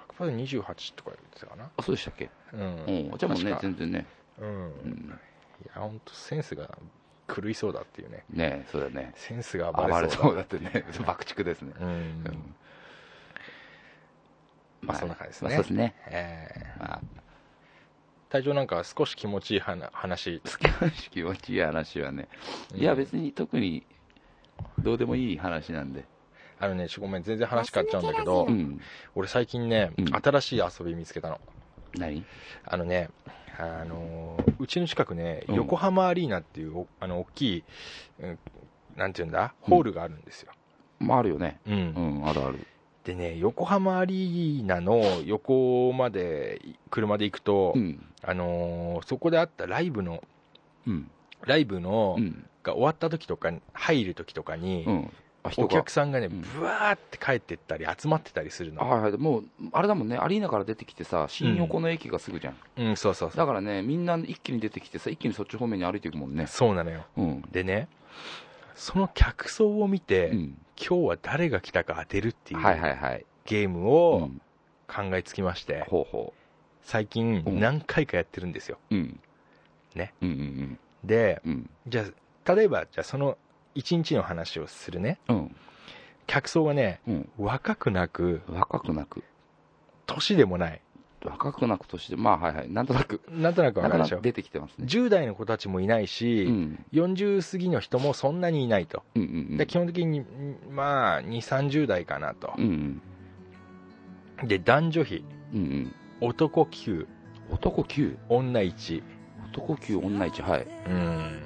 Speaker 4: パクパで28とか言ってたかな
Speaker 3: あ、そうでしたっけ、
Speaker 4: うん
Speaker 3: うん、じゃあもうね、
Speaker 4: 確か
Speaker 3: 全然ね、
Speaker 4: うん
Speaker 3: うん
Speaker 4: いや本当センスが狂いそうだっていうね
Speaker 3: ねそうだね
Speaker 4: センスが暴
Speaker 3: 暴
Speaker 4: れ
Speaker 3: れ
Speaker 4: そ
Speaker 3: そううだ
Speaker 4: だ
Speaker 3: ってね 爆竹ですね、
Speaker 4: うん、
Speaker 3: うん
Speaker 4: まあそんな感じですね
Speaker 3: まあそうですね、
Speaker 4: えー
Speaker 3: まあ、
Speaker 4: 隊長なんか少し気持ちいい話話
Speaker 3: 好きなし気持ちいい話はね、いや別に特にどうでもいい話なんで
Speaker 4: あのねちょごめん全然話変わっちゃうんだけど、
Speaker 3: うん
Speaker 4: 俺最近ね、
Speaker 3: うん
Speaker 4: 新しい遊び見つけたの
Speaker 3: 何
Speaker 4: あのねあのーうちの近くね、
Speaker 3: うん
Speaker 4: 横浜アリーナっていうおあの大きい、うんなんていうんだ
Speaker 3: うん
Speaker 4: ホールがあるんですよ、
Speaker 3: まああるよね
Speaker 4: うん
Speaker 3: うんあるある
Speaker 4: でね横浜アリーナの横までい車で行くと、
Speaker 3: うん
Speaker 4: あのーそこであったライブの
Speaker 3: うん
Speaker 4: ライブの、
Speaker 3: うん
Speaker 4: が終わった時とかに入る時とかに、
Speaker 3: うんあ人
Speaker 4: お
Speaker 3: が
Speaker 4: 客さんがね、
Speaker 3: うん
Speaker 4: ぶわーって帰ってったり、集まってたりする
Speaker 3: あ
Speaker 4: の、
Speaker 3: はいはいもうあれだもんねアリーナから出てきてさ新横の駅がすぐじゃん、
Speaker 4: うん、そうそうそう、
Speaker 3: だからねみんな一気に出てきてさ一気にそっち方面に歩いていくもんね
Speaker 4: そうなのよ、
Speaker 3: うん
Speaker 4: でね、その客層を見て、
Speaker 3: うん
Speaker 4: 今日は誰が来たか当てるっていう、
Speaker 3: はいはいはい
Speaker 4: ゲーム
Speaker 3: う
Speaker 4: を
Speaker 3: ん
Speaker 4: 考えつきまして、
Speaker 3: ほうほ
Speaker 4: 最近、
Speaker 3: うん
Speaker 4: 何回かやってるんですよ。
Speaker 3: ううん
Speaker 4: ね
Speaker 3: うんうん
Speaker 4: で、
Speaker 3: うん
Speaker 4: じゃあ、例えば、じゃあ、その1日の話をするね、
Speaker 3: うんうん
Speaker 4: 客層がね、
Speaker 3: うん
Speaker 4: 若くなく、
Speaker 3: 若くなく
Speaker 4: 年でもない、
Speaker 3: 若くなく年でまあはいはいなんとなく
Speaker 4: なんとなくわ
Speaker 3: なんと
Speaker 4: かるで
Speaker 3: な
Speaker 4: しょ
Speaker 3: く。出てきてますね
Speaker 4: 10代の子たちもいないし、
Speaker 3: うん
Speaker 4: 40過ぎの人もそんなにいないと。
Speaker 3: うんうんうん
Speaker 4: で基本的にんまあ2 3 0代かなと
Speaker 3: う、ん
Speaker 4: で男女比
Speaker 3: うんうん
Speaker 4: 男9
Speaker 3: うん男9
Speaker 4: 女1
Speaker 3: 男9女1はい、
Speaker 4: うん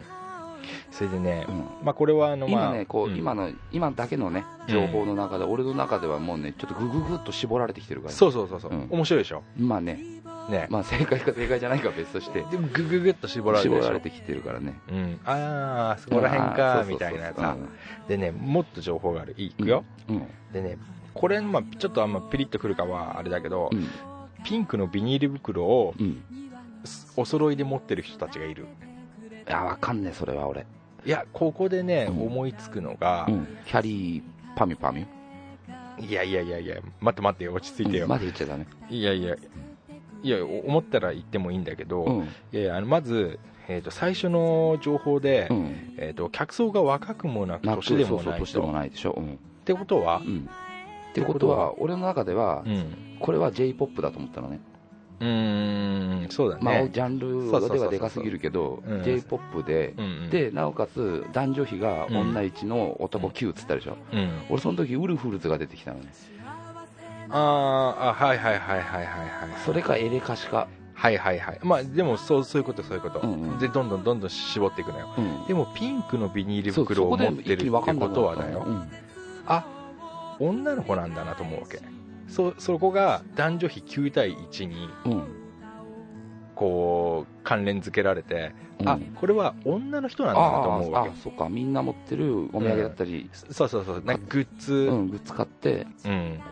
Speaker 4: それでね、
Speaker 3: うん
Speaker 4: まあこれはあのまあ
Speaker 3: 今ねこう、
Speaker 4: ん
Speaker 3: 今の今だけのね情報の中で、俺の中ではもうねちょっとグググっと絞られてきてるから、
Speaker 4: そうそうそうそう、
Speaker 3: うん
Speaker 4: 面白いでしょ
Speaker 3: まあね、
Speaker 4: ね、
Speaker 3: まあ、正解か正 解じゃないかは別として
Speaker 4: でもグググッと絞られてる
Speaker 3: 絞
Speaker 4: でし
Speaker 3: ら
Speaker 4: ょ
Speaker 3: れてきてるからね
Speaker 4: うん、ああそこら辺
Speaker 3: あ
Speaker 4: か
Speaker 3: ーそうそうそう
Speaker 4: みたいな
Speaker 3: う
Speaker 4: さ
Speaker 3: ん
Speaker 4: でねもっと情報があるいいくよ、
Speaker 3: うん
Speaker 4: でねこれ、まあ、ちょっとあんまピリッとくるかはあれだけど、
Speaker 3: うん
Speaker 4: ピンクのビニール袋を
Speaker 3: うん
Speaker 4: お揃いで持ってる人たちがいる
Speaker 3: いやわかんねえそれは俺、
Speaker 4: いやここでね、
Speaker 3: うん
Speaker 4: 思いつくのが、
Speaker 3: うん、キャリーパミュパミュ
Speaker 4: いやいやいやいや待って待って落ち着いてよ、
Speaker 3: うんまず言っちゃダメ
Speaker 4: いやいやいやお思ったら言ってもいいんだけど、
Speaker 3: うん
Speaker 4: いやいやあのまず、えー、と最初の情報で、
Speaker 3: うん
Speaker 4: えー、と客層が若くもなく
Speaker 3: なく
Speaker 4: 年で
Speaker 3: そ
Speaker 4: も
Speaker 3: うそ
Speaker 4: な
Speaker 3: う
Speaker 4: いと
Speaker 3: 年でもないでしょ、うん
Speaker 4: ってことは
Speaker 3: う、ん、ってことは俺の中では、
Speaker 4: うん、
Speaker 3: これは j p o p だと思ったのね
Speaker 4: うーんそうだね、
Speaker 3: まあ、ジャンルではでかすぎるけど
Speaker 4: そうそうそうそううん
Speaker 3: j p o p で、
Speaker 4: うんうん、
Speaker 3: でなおかつ男女比が女1の男9っつったでしょ、
Speaker 4: うん、
Speaker 3: 俺その時ウルフルズが出てきたのね
Speaker 4: あーあはいはいはいはいはいはい
Speaker 3: それかエレカシか、
Speaker 4: はいはいはいまあでもそうそういうことそういうこと、
Speaker 3: うんうん
Speaker 4: でどんどんどんどん絞っていくのよ
Speaker 3: うん、
Speaker 4: でもピンクのビニール
Speaker 3: そう
Speaker 4: 袋を
Speaker 3: そこ
Speaker 4: 持
Speaker 3: で
Speaker 4: って
Speaker 3: 一気
Speaker 4: るって
Speaker 3: に
Speaker 4: こ
Speaker 3: 分かんなく
Speaker 4: と
Speaker 3: な
Speaker 4: は
Speaker 3: ったの
Speaker 4: だよ
Speaker 3: うん
Speaker 4: あ女の子なんだなと思うわけそそこが男女比9対1に
Speaker 3: うん
Speaker 4: こう関連付けられて、
Speaker 3: うん
Speaker 4: あこれは女の人なんだなと
Speaker 3: あ
Speaker 4: 思う
Speaker 3: あ
Speaker 4: わ
Speaker 3: あそっかみんな持ってるお土産だったり、
Speaker 4: けそうそうそうなんかグッ
Speaker 3: う
Speaker 4: ズ、
Speaker 3: んぶつかって
Speaker 4: うん
Speaker 3: あ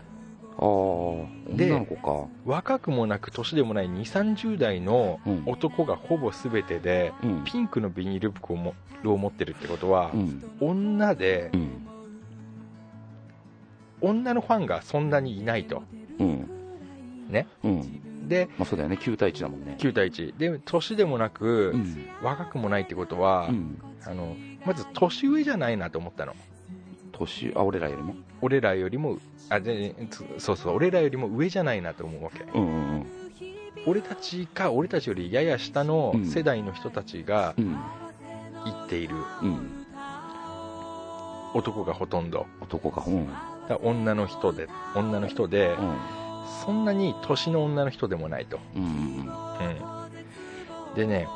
Speaker 3: あ女
Speaker 4: で
Speaker 3: の子か
Speaker 4: 若くもなく年でもない2 3 0代の
Speaker 3: うん
Speaker 4: 男がほぼ全てで
Speaker 3: うん
Speaker 4: ピンクのビニール袋をもを持ってるってことは
Speaker 3: う、ん
Speaker 4: 女で
Speaker 3: うん
Speaker 4: 女のファンがそんなにいないと
Speaker 3: うん
Speaker 4: ね
Speaker 3: うん
Speaker 4: で
Speaker 3: まあそうだよね9対1だもんね
Speaker 4: 9対1で年でもなく、
Speaker 3: うん
Speaker 4: 若くもないってことは、
Speaker 3: うん
Speaker 4: あのまず年上じゃないなと思ったの
Speaker 3: 年あ俺らよりも
Speaker 4: 俺らよりもあでそうそう俺らよりも上じゃないなと思うわけ
Speaker 3: うんうん
Speaker 4: 俺たちか俺たちよりやや下の
Speaker 3: うん
Speaker 4: 世代の人たちが
Speaker 3: うん
Speaker 4: 行っている
Speaker 3: うん
Speaker 4: 男がほとんど
Speaker 3: 男かうんうん
Speaker 4: だから女の人で女の人で、そんなに年の女の人でもないと、
Speaker 3: うん
Speaker 4: うんでね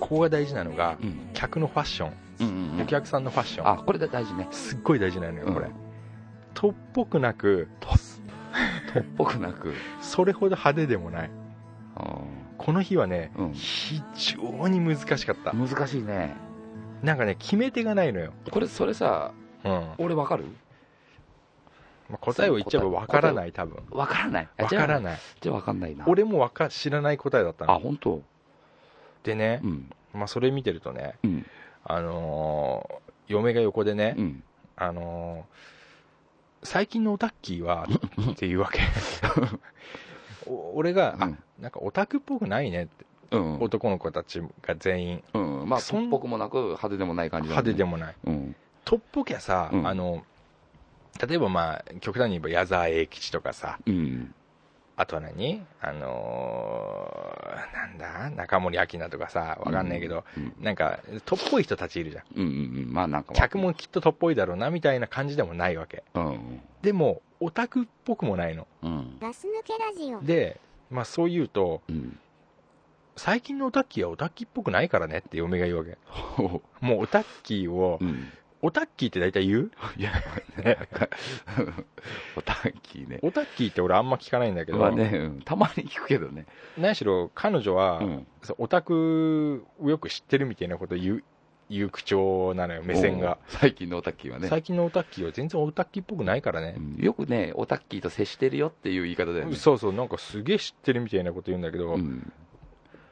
Speaker 4: ここが大事なのが
Speaker 3: うん
Speaker 4: 客のファッション
Speaker 3: うんうんう
Speaker 4: お
Speaker 3: ん
Speaker 4: 客さんのファッション
Speaker 3: あこれだ大事ね
Speaker 4: すっごい大事なのよこれ、
Speaker 3: うん
Speaker 4: とっぽくなく
Speaker 3: 僕なく
Speaker 4: それほど派手でもない
Speaker 3: あ
Speaker 4: この日はね、
Speaker 3: うん
Speaker 4: 非常に難しかった
Speaker 3: ー難しいね
Speaker 4: なんかね決め手がないのよ、
Speaker 3: これそれさ
Speaker 4: うんま
Speaker 3: 俺わかる
Speaker 4: あ答えを言っちゃえばわからない多分
Speaker 3: わからないあ
Speaker 4: わ
Speaker 3: じ
Speaker 4: か
Speaker 3: ゃあ
Speaker 4: らない
Speaker 3: じゃあわかんないな
Speaker 4: 俺もわか知らない答えだった
Speaker 3: あ
Speaker 4: の
Speaker 3: 本当
Speaker 4: でね
Speaker 3: う、ん
Speaker 4: まあ、それ見てるとね
Speaker 3: うん
Speaker 4: あのー嫁が横でね、
Speaker 3: うん
Speaker 4: あのー最近のオタッキーは っていうわけお俺が、
Speaker 3: う
Speaker 4: あ
Speaker 3: ん
Speaker 4: なんかオタクっぽくないねって
Speaker 3: うんうん
Speaker 4: 男の子たちが全員
Speaker 3: うん、まあ、
Speaker 4: そ
Speaker 3: そ
Speaker 4: ん
Speaker 3: っぽくもなく、派手でもない感じだも
Speaker 4: 派
Speaker 3: んね
Speaker 4: 手でもない
Speaker 3: うん。
Speaker 4: とっぽきゃさ、
Speaker 3: うん
Speaker 4: あの例えばまあ極端に言えば矢沢永吉とかさ
Speaker 3: うん。
Speaker 4: あとは何あのーなんだ中森明菜とかさわかんないけど、
Speaker 3: うん。
Speaker 4: なんかとっぽい人たちいるじゃん
Speaker 3: うんうんうん。まあ、なんか、
Speaker 4: 客もきっととっぽいだろうなみたいな感じでもないわけ
Speaker 3: うん。
Speaker 4: でもオタクっぽくもないの
Speaker 3: うん。
Speaker 5: ガス抜けラジオ
Speaker 4: でまあそう言うと
Speaker 3: うん。
Speaker 4: 最近のオタッキーはオタッキーっぽくないからねって嫁が言うわけもうオタッキーを
Speaker 3: うん。
Speaker 4: オタッキーって大体言う
Speaker 3: いや、おたきね。
Speaker 4: オタッキーって俺あんま聞かないんだけど、
Speaker 3: まあね、うんたまに聞くけどね。
Speaker 4: 何しろ彼女は、
Speaker 3: うん。
Speaker 4: そうオタクをよく知ってるみたいなこと言う言う口調なのよ目線が、
Speaker 3: うん。最近のおたきはね。
Speaker 4: 最近のオタッキーは全然オタッキーっぽくないから
Speaker 3: う
Speaker 4: ね、
Speaker 3: んよくね、オタッキーと接してるよっていう言い方だよね。
Speaker 4: そうそうなんかすげえ知ってるみたいなこと言うんだけど、
Speaker 3: うん。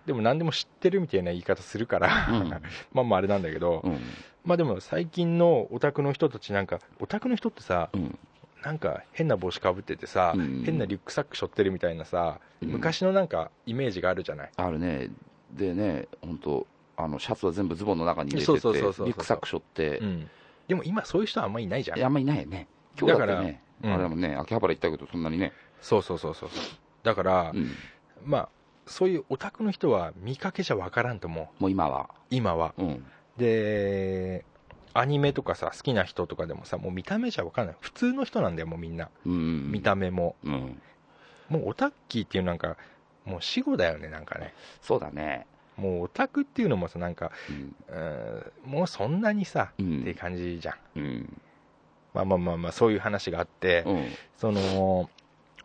Speaker 4: でも何でも知ってるみたいな言い方するから、
Speaker 3: うん
Speaker 4: まあまああれなんだけど、
Speaker 3: うん。
Speaker 4: まあでも最近のオタクの人たちなんかオタクの人ってさ
Speaker 3: うん。
Speaker 4: なんか変な帽子かぶっててさ、
Speaker 3: うん
Speaker 4: 変なリュックサック背負ってるみたいなさ、
Speaker 3: うん
Speaker 4: 昔のなんかイメージがあるじゃない
Speaker 3: あるね。でね、本当あの、シャツは全部ズボンの中に入れて
Speaker 4: そう
Speaker 3: て、
Speaker 4: そう
Speaker 3: リ
Speaker 4: そうそう
Speaker 3: ュックサック背負って
Speaker 4: う、ん、でも今そういう人はあんまりいないじゃん
Speaker 3: いやあんまりいないよね。今日だってね、
Speaker 4: だか
Speaker 3: あ
Speaker 4: らうん
Speaker 3: れだもんね、秋葉原行ったけど、そんなにね。
Speaker 4: そうそうそうそうそうだから、
Speaker 3: うん。
Speaker 4: まあそういうオタクの人は見かけじゃわからんと思う
Speaker 3: もう今は。
Speaker 4: 今は
Speaker 3: うん。
Speaker 4: でアニメとかさ好きな人とかでもさもう見た目じゃわからない普通の人なんだよもうみんな
Speaker 3: うん。
Speaker 4: 見た目も、
Speaker 3: うん。
Speaker 4: もうオタッキーっていうなんかもう死後だよねなんかね
Speaker 3: そうだね。
Speaker 4: もうオタクっていうのもさなんか
Speaker 3: うん。
Speaker 4: うーんもうそんなにさ、
Speaker 3: う。
Speaker 4: っていうん感じじゃ
Speaker 3: う
Speaker 4: ん
Speaker 3: ん。
Speaker 4: まあまあまあまあそういう話があって、
Speaker 3: うん。
Speaker 4: その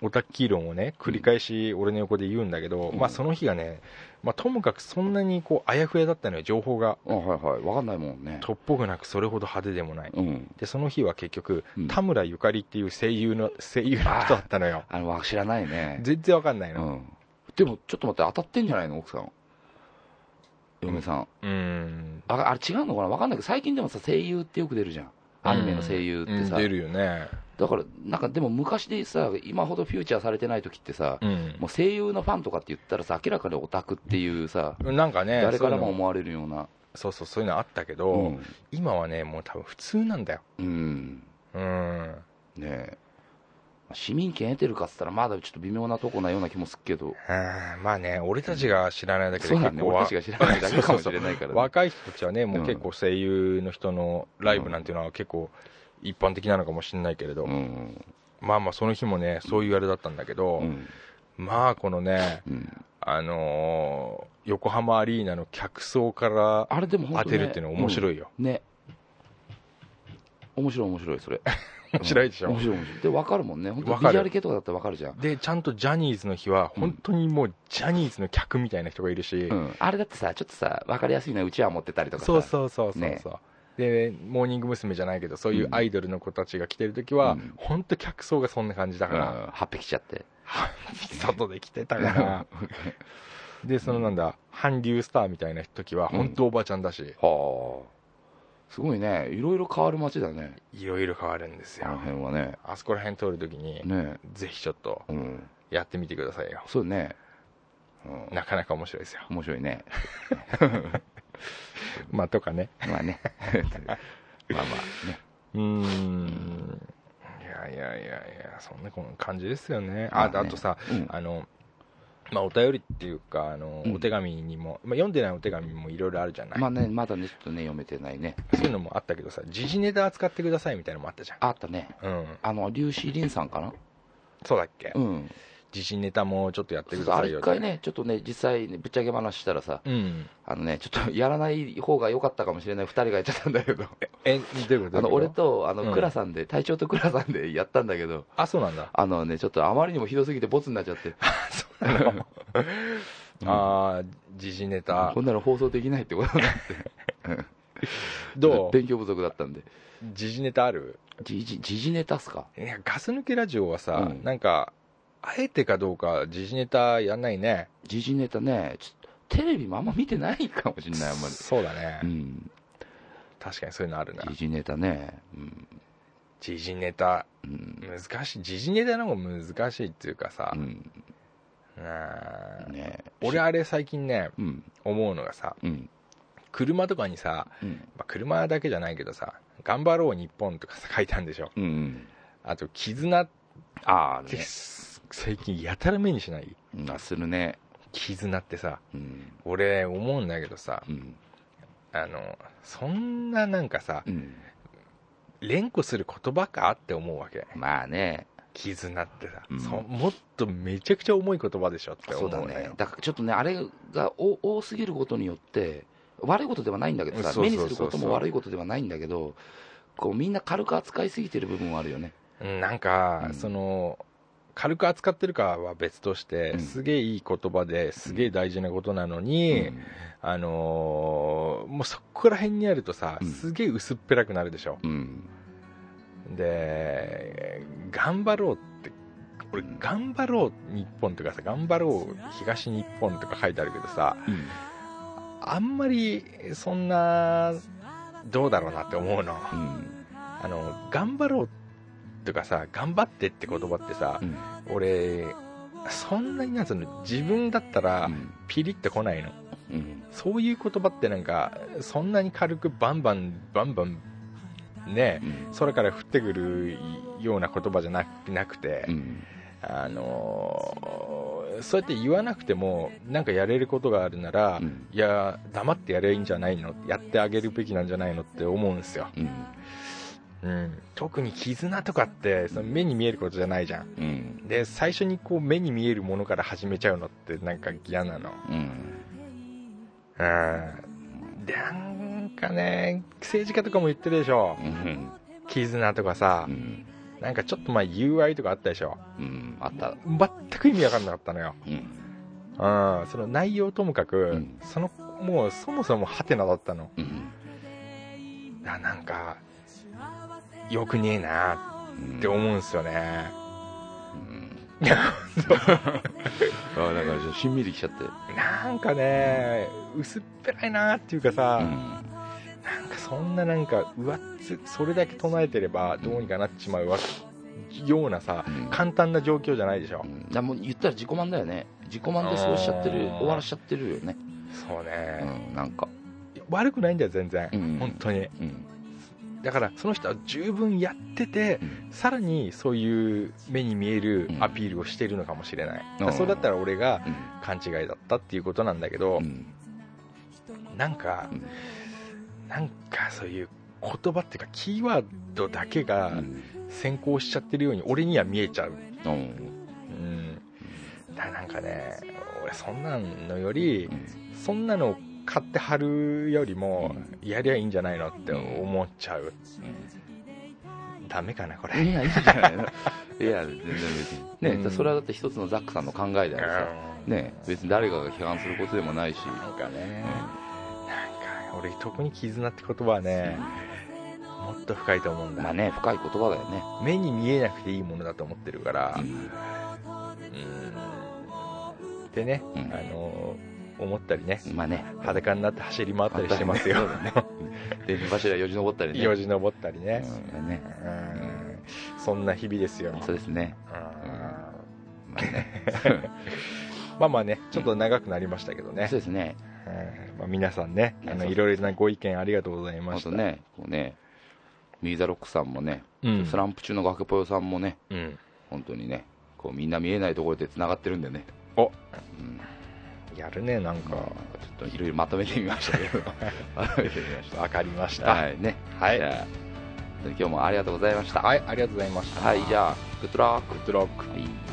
Speaker 4: オタッキー論をね繰り返し俺の横で言うんだけど、
Speaker 3: うん
Speaker 4: まあその日がね、まあ、ともかくそんなにこうあやふやだったのよ情報が
Speaker 3: あはいはい。わかんないもんね。
Speaker 4: とっぽくなくそれほど派手でもない
Speaker 3: うん。
Speaker 4: でその日は結局、
Speaker 3: うん
Speaker 4: 田村ゆかりっていう声優の声優の人だったのよ
Speaker 3: あの、わ知らないね。
Speaker 4: 全然わかんないうの
Speaker 3: ん。でも、ちょっと待って、当たってんじゃないの奥さん。嫁さん。
Speaker 4: うーん
Speaker 3: ああれ違うのかなわかんないけど、最近でもさ、声優ってよく出るじゃん。アニメの声優ってさ。
Speaker 4: うん出るよね
Speaker 3: だから、なんかでも昔でさ、今ほどフューチャーされてない時ってさ、
Speaker 4: うん
Speaker 3: もう声優のファンとかって言ったらさ、明らかにオタクっていうさ、
Speaker 4: なんかね
Speaker 3: 誰からも
Speaker 4: そういうの
Speaker 3: 思われるような。
Speaker 4: そうそうそういうのあったけど、
Speaker 3: うん。
Speaker 4: 今はねもう多分普通なんだよ
Speaker 3: うん
Speaker 4: うん
Speaker 3: ねえ。市民権得てるかっつったら、まだちょっと微妙なとこなような気もするけど。
Speaker 4: あーまあね俺たちが知らないだけで
Speaker 3: そうだ
Speaker 4: 結
Speaker 3: ね、
Speaker 4: 構
Speaker 3: 俺
Speaker 4: わ
Speaker 3: たちが知らないだけかもしれないからね、
Speaker 4: 若い人たちはねもううん結構声優の人のライブなんていうのは結構一般的なのかもしれないけれど、
Speaker 3: うん
Speaker 4: まあまあその日もねそういうあれだったんだけど、
Speaker 3: うん
Speaker 4: まあこのね
Speaker 3: うん
Speaker 4: あのー横浜アリーナの客層から
Speaker 3: あれでも本
Speaker 4: 当
Speaker 3: 当、ね、
Speaker 4: てるっていうの面白いよ、
Speaker 3: うんね面白い面白いそれ
Speaker 4: 面白いでしょ
Speaker 3: 面白い面白いで分かるもんね本当
Speaker 4: わ
Speaker 3: ビ
Speaker 4: かる
Speaker 3: ジュアル系とかだったら分かるじゃん、
Speaker 4: でちゃんとジャニーズの日は本当にもうジャニーズの客みたいな人がいるし、
Speaker 3: うん、あれだってさちょっとさ分かりやすいのはうちわ持ってたりとかさ
Speaker 4: そうそうそうそう
Speaker 3: ね
Speaker 4: そう、でモーニング娘。じゃないけどそういうアイドルの子たちが来てる時は、
Speaker 3: うん
Speaker 4: 本当客層がそんな感じだ
Speaker 3: う
Speaker 4: か
Speaker 3: ん、
Speaker 4: ら、
Speaker 3: 8匹来ちゃって
Speaker 4: 外で来てたから でそのなんだ韓流スターみたいな時は本当おばちゃんだし、
Speaker 3: はあすごいねいろいろ変わる街だね
Speaker 4: いろいろ変わるんです
Speaker 3: あの
Speaker 4: よ
Speaker 3: 辺はね
Speaker 4: あそこら辺通る時に、
Speaker 3: ね
Speaker 4: ぜひちょっと
Speaker 3: うん
Speaker 4: やってみてくださいよ
Speaker 3: そうね、うん、
Speaker 4: なかなか面白いですよ
Speaker 3: 面白いね
Speaker 4: まあとかね
Speaker 3: まあね まあまあね
Speaker 4: うーんいやいやいやいやそんなこの感じですよねあ,、
Speaker 3: ま
Speaker 4: あ
Speaker 3: ね
Speaker 4: とさ
Speaker 3: うん
Speaker 4: あの、まあ、お便りっていうかあの、
Speaker 3: うん
Speaker 4: お手紙にも、まあ、読んでないお手紙もいろいろあるじゃない、
Speaker 3: まあね、まだね、ちょっとね、読めてないね。
Speaker 4: そういうのもあったけどさ時事ネタ扱ってくださいみたいなのもあったじゃん
Speaker 3: あったね。
Speaker 4: うん
Speaker 3: あの、竜子凛さんかな
Speaker 4: そうだっけ、
Speaker 3: うん。
Speaker 4: 時事ネタもちょっとやってくだ
Speaker 3: あ
Speaker 4: さ
Speaker 3: れ
Speaker 4: いよ
Speaker 3: 一
Speaker 4: って
Speaker 3: 回ね、ちょっとね、実際ね、ぶっちゃけ話したらさ、
Speaker 4: うん
Speaker 3: あのね、ちょっとやらない方が良かったかもしれない二人がやっちゃったんだけど、
Speaker 4: えどういうこと
Speaker 3: あの、
Speaker 4: どうい
Speaker 3: 俺、
Speaker 4: うこと
Speaker 3: あ
Speaker 4: うん
Speaker 3: の、倉さんで、隊長と倉さんでやったんだけど、
Speaker 4: あそうなん だ、
Speaker 3: あのね、ちょっとあまりにもひどすぎてボツになっちゃって、うん
Speaker 4: ああ時事ネタ
Speaker 3: こんなの放送できないってことになって、
Speaker 4: どう
Speaker 3: 勉強不足だったんで。
Speaker 4: 時事ネタある
Speaker 3: じじ、じじネタっすか
Speaker 4: いやガス抜けラジオはさ、
Speaker 3: うん
Speaker 4: なんかあえてかどうか時事ネタやんないね
Speaker 3: じじネタね、ちょっと、テレビもあんま見てないかもしれない、あんまり。
Speaker 4: そうだね、
Speaker 3: うん。
Speaker 4: 確かにそういうのあるな
Speaker 3: じじネタね。うん。
Speaker 4: 時事ネタ
Speaker 3: うん。
Speaker 4: 難しい時事ネタの方が難しいっていうかさ
Speaker 3: う、ん。
Speaker 4: ううん
Speaker 3: ね
Speaker 4: 俺あれ最近ね
Speaker 3: うん
Speaker 4: 思うのがさ
Speaker 3: うん
Speaker 4: 車とかにさ、
Speaker 3: うん
Speaker 4: まあ車だけじゃないけどさ「頑張ろう日本」とかさ書いたんでしょ
Speaker 3: うんうん
Speaker 4: あと「絆」っ
Speaker 3: ああ
Speaker 4: て
Speaker 3: ね
Speaker 4: 最近やたら目にしない
Speaker 3: うんあするね
Speaker 4: 絆ってさ
Speaker 3: うん
Speaker 4: 俺思うんだけどさ
Speaker 3: うん
Speaker 4: あのそんななんかさ
Speaker 3: うん
Speaker 4: 連呼する言葉かって思うわけ
Speaker 3: まあね
Speaker 4: 絆ってさ、
Speaker 3: うん
Speaker 4: そもっとめちゃくちゃ重い言葉でしょって思
Speaker 3: そううだ
Speaker 4: のよ
Speaker 3: ねだからちょっとねあれがお多すぎることによって悪いことではないんだけどさ
Speaker 4: そうそうそうそう
Speaker 3: 目にすることも悪いことではないんだけどこうみんな軽く扱いすぎてる部分はあるよね
Speaker 4: うんなんか、
Speaker 3: うん
Speaker 4: その軽く扱ってるかは別として、
Speaker 3: うん
Speaker 4: すげえいい言葉ですげえ大事なことなのに、あのーもうそこら辺にあるとさ、
Speaker 3: うん
Speaker 4: すげえ薄っぺらくなるでしょ
Speaker 3: うん、うん
Speaker 4: で「頑張ろう」って俺
Speaker 3: うん
Speaker 4: 「頑張ろう日本」とかさ「頑張ろう東日本」とか書いてあるけどさあんまりそんなどうだろうなって思うの
Speaker 3: うん
Speaker 4: あの「頑張ろう」とかさ「頑張って」って言葉ってさ
Speaker 3: う、ん
Speaker 4: 俺そんなになんつうの自分だったらピリッとこないの、
Speaker 3: うん
Speaker 4: そういう言葉ってなんかそんなに軽くバンバンバンバンね
Speaker 3: うん
Speaker 4: 空から降ってくるような言葉じゃなくなくて、
Speaker 3: うん
Speaker 4: あのーそうやって言わなくてもなんかやれることがあるなら、
Speaker 3: うん
Speaker 4: いや黙ってやればいいんじゃないのやってあげるべきなんじゃないのって思うんですよ、
Speaker 3: うん
Speaker 4: うん、特に絆とかってその目に見えることじゃないじゃん
Speaker 3: うん
Speaker 4: で最初にこう目に見えるものから始めちゃうのってなんか嫌なの
Speaker 3: うん
Speaker 4: うんでなんかね政治家とかも言ってるでしょ
Speaker 3: うん
Speaker 4: 絆とかさ
Speaker 3: うん
Speaker 4: なんかちょっと前 UI とかあったでしょ
Speaker 3: うんあった
Speaker 4: 全く意味わかんなかったのよ
Speaker 3: うん
Speaker 4: うんその内容ともかく、
Speaker 3: うん
Speaker 4: そのもうそもそもハテナだったの
Speaker 3: うん
Speaker 4: あなんかよくねえな
Speaker 3: うん
Speaker 4: って思うんですよね、
Speaker 3: うんあだからしんみりきちゃって
Speaker 4: なんかね薄っぺらいなっていうかさ、
Speaker 3: うん
Speaker 4: なんかそんななんかうわっつそれだけ唱えてればどうにかなっちまうわようなさ
Speaker 3: うん
Speaker 4: 簡単な状況じゃないでしょ
Speaker 3: うんだからもう言ったら自己満だよね自己満でそうしちゃってる
Speaker 4: あー
Speaker 3: 終わらしちゃってるよね
Speaker 4: そう
Speaker 3: う
Speaker 4: ね、
Speaker 3: んなんか
Speaker 4: 悪くないんだよ全然、
Speaker 3: うん
Speaker 4: 本当に
Speaker 3: うん
Speaker 4: だからその人は十分やってて
Speaker 3: うん
Speaker 4: さらにそういう目に見える
Speaker 3: うん
Speaker 4: アピールをしてるのかもしれない、
Speaker 3: うん
Speaker 4: それだったら俺が
Speaker 3: うん
Speaker 4: 勘違いだったっていうことなんだけど
Speaker 3: う、ん
Speaker 4: なんか
Speaker 3: うん
Speaker 4: なんかそういう言葉っていうかキーワードだけが先行しちゃってるように俺には見えちゃう
Speaker 3: うん
Speaker 4: うん、だからなんかね俺そんなんのよりそんなの買って貼るよりもやりゃいいんじゃないのって思っちゃうダメかなこれ、
Speaker 3: いやいいじゃないのいや全然別にね、
Speaker 4: うん
Speaker 3: それはだって一つのザックさんの考えであるさ、
Speaker 4: ね
Speaker 3: ね別に誰かが批判することでもないし、
Speaker 4: なんかねなんか俺特に絆って言葉はねもっと深いと思うんだ、
Speaker 3: まあね深い言葉だよね
Speaker 4: 目に見えなくていいものだと思ってるから
Speaker 3: う
Speaker 4: う
Speaker 3: ん
Speaker 4: んでね、
Speaker 3: うん
Speaker 4: あの思ったりね
Speaker 3: まあね
Speaker 4: 裸になって走り回ったりしてます
Speaker 3: そう
Speaker 4: よ
Speaker 3: だね電柱柱よじ登ったりね
Speaker 4: よじ登ったりね、
Speaker 3: うんね
Speaker 4: うんそんな日々ですよ、
Speaker 3: そうですね
Speaker 4: うん
Speaker 3: まあ ね
Speaker 4: まあまあねちょっと長くなりましたけどね
Speaker 3: そう、ですね
Speaker 4: うんまあ、皆さんねあのいろいろなご意見ありがとうございま
Speaker 3: あ
Speaker 4: した
Speaker 3: とねこうねミーザロックさんもね、
Speaker 4: うん
Speaker 3: スランプ中の崖ぽよさんもね
Speaker 4: うん
Speaker 3: 本当にねこうみんな見えないところでつながってるんでね
Speaker 4: お
Speaker 3: うん
Speaker 4: やるねなん
Speaker 3: ま
Speaker 4: か
Speaker 3: あなんかちょっといろいろまとめてみましたけ どまとめてみまし
Speaker 4: わかりましたた
Speaker 3: はいね
Speaker 4: はい
Speaker 3: じゃあ今日もありがとうございました
Speaker 4: はいありがとうございました
Speaker 3: はいじゃあグッドラック
Speaker 4: グッドラック
Speaker 3: はい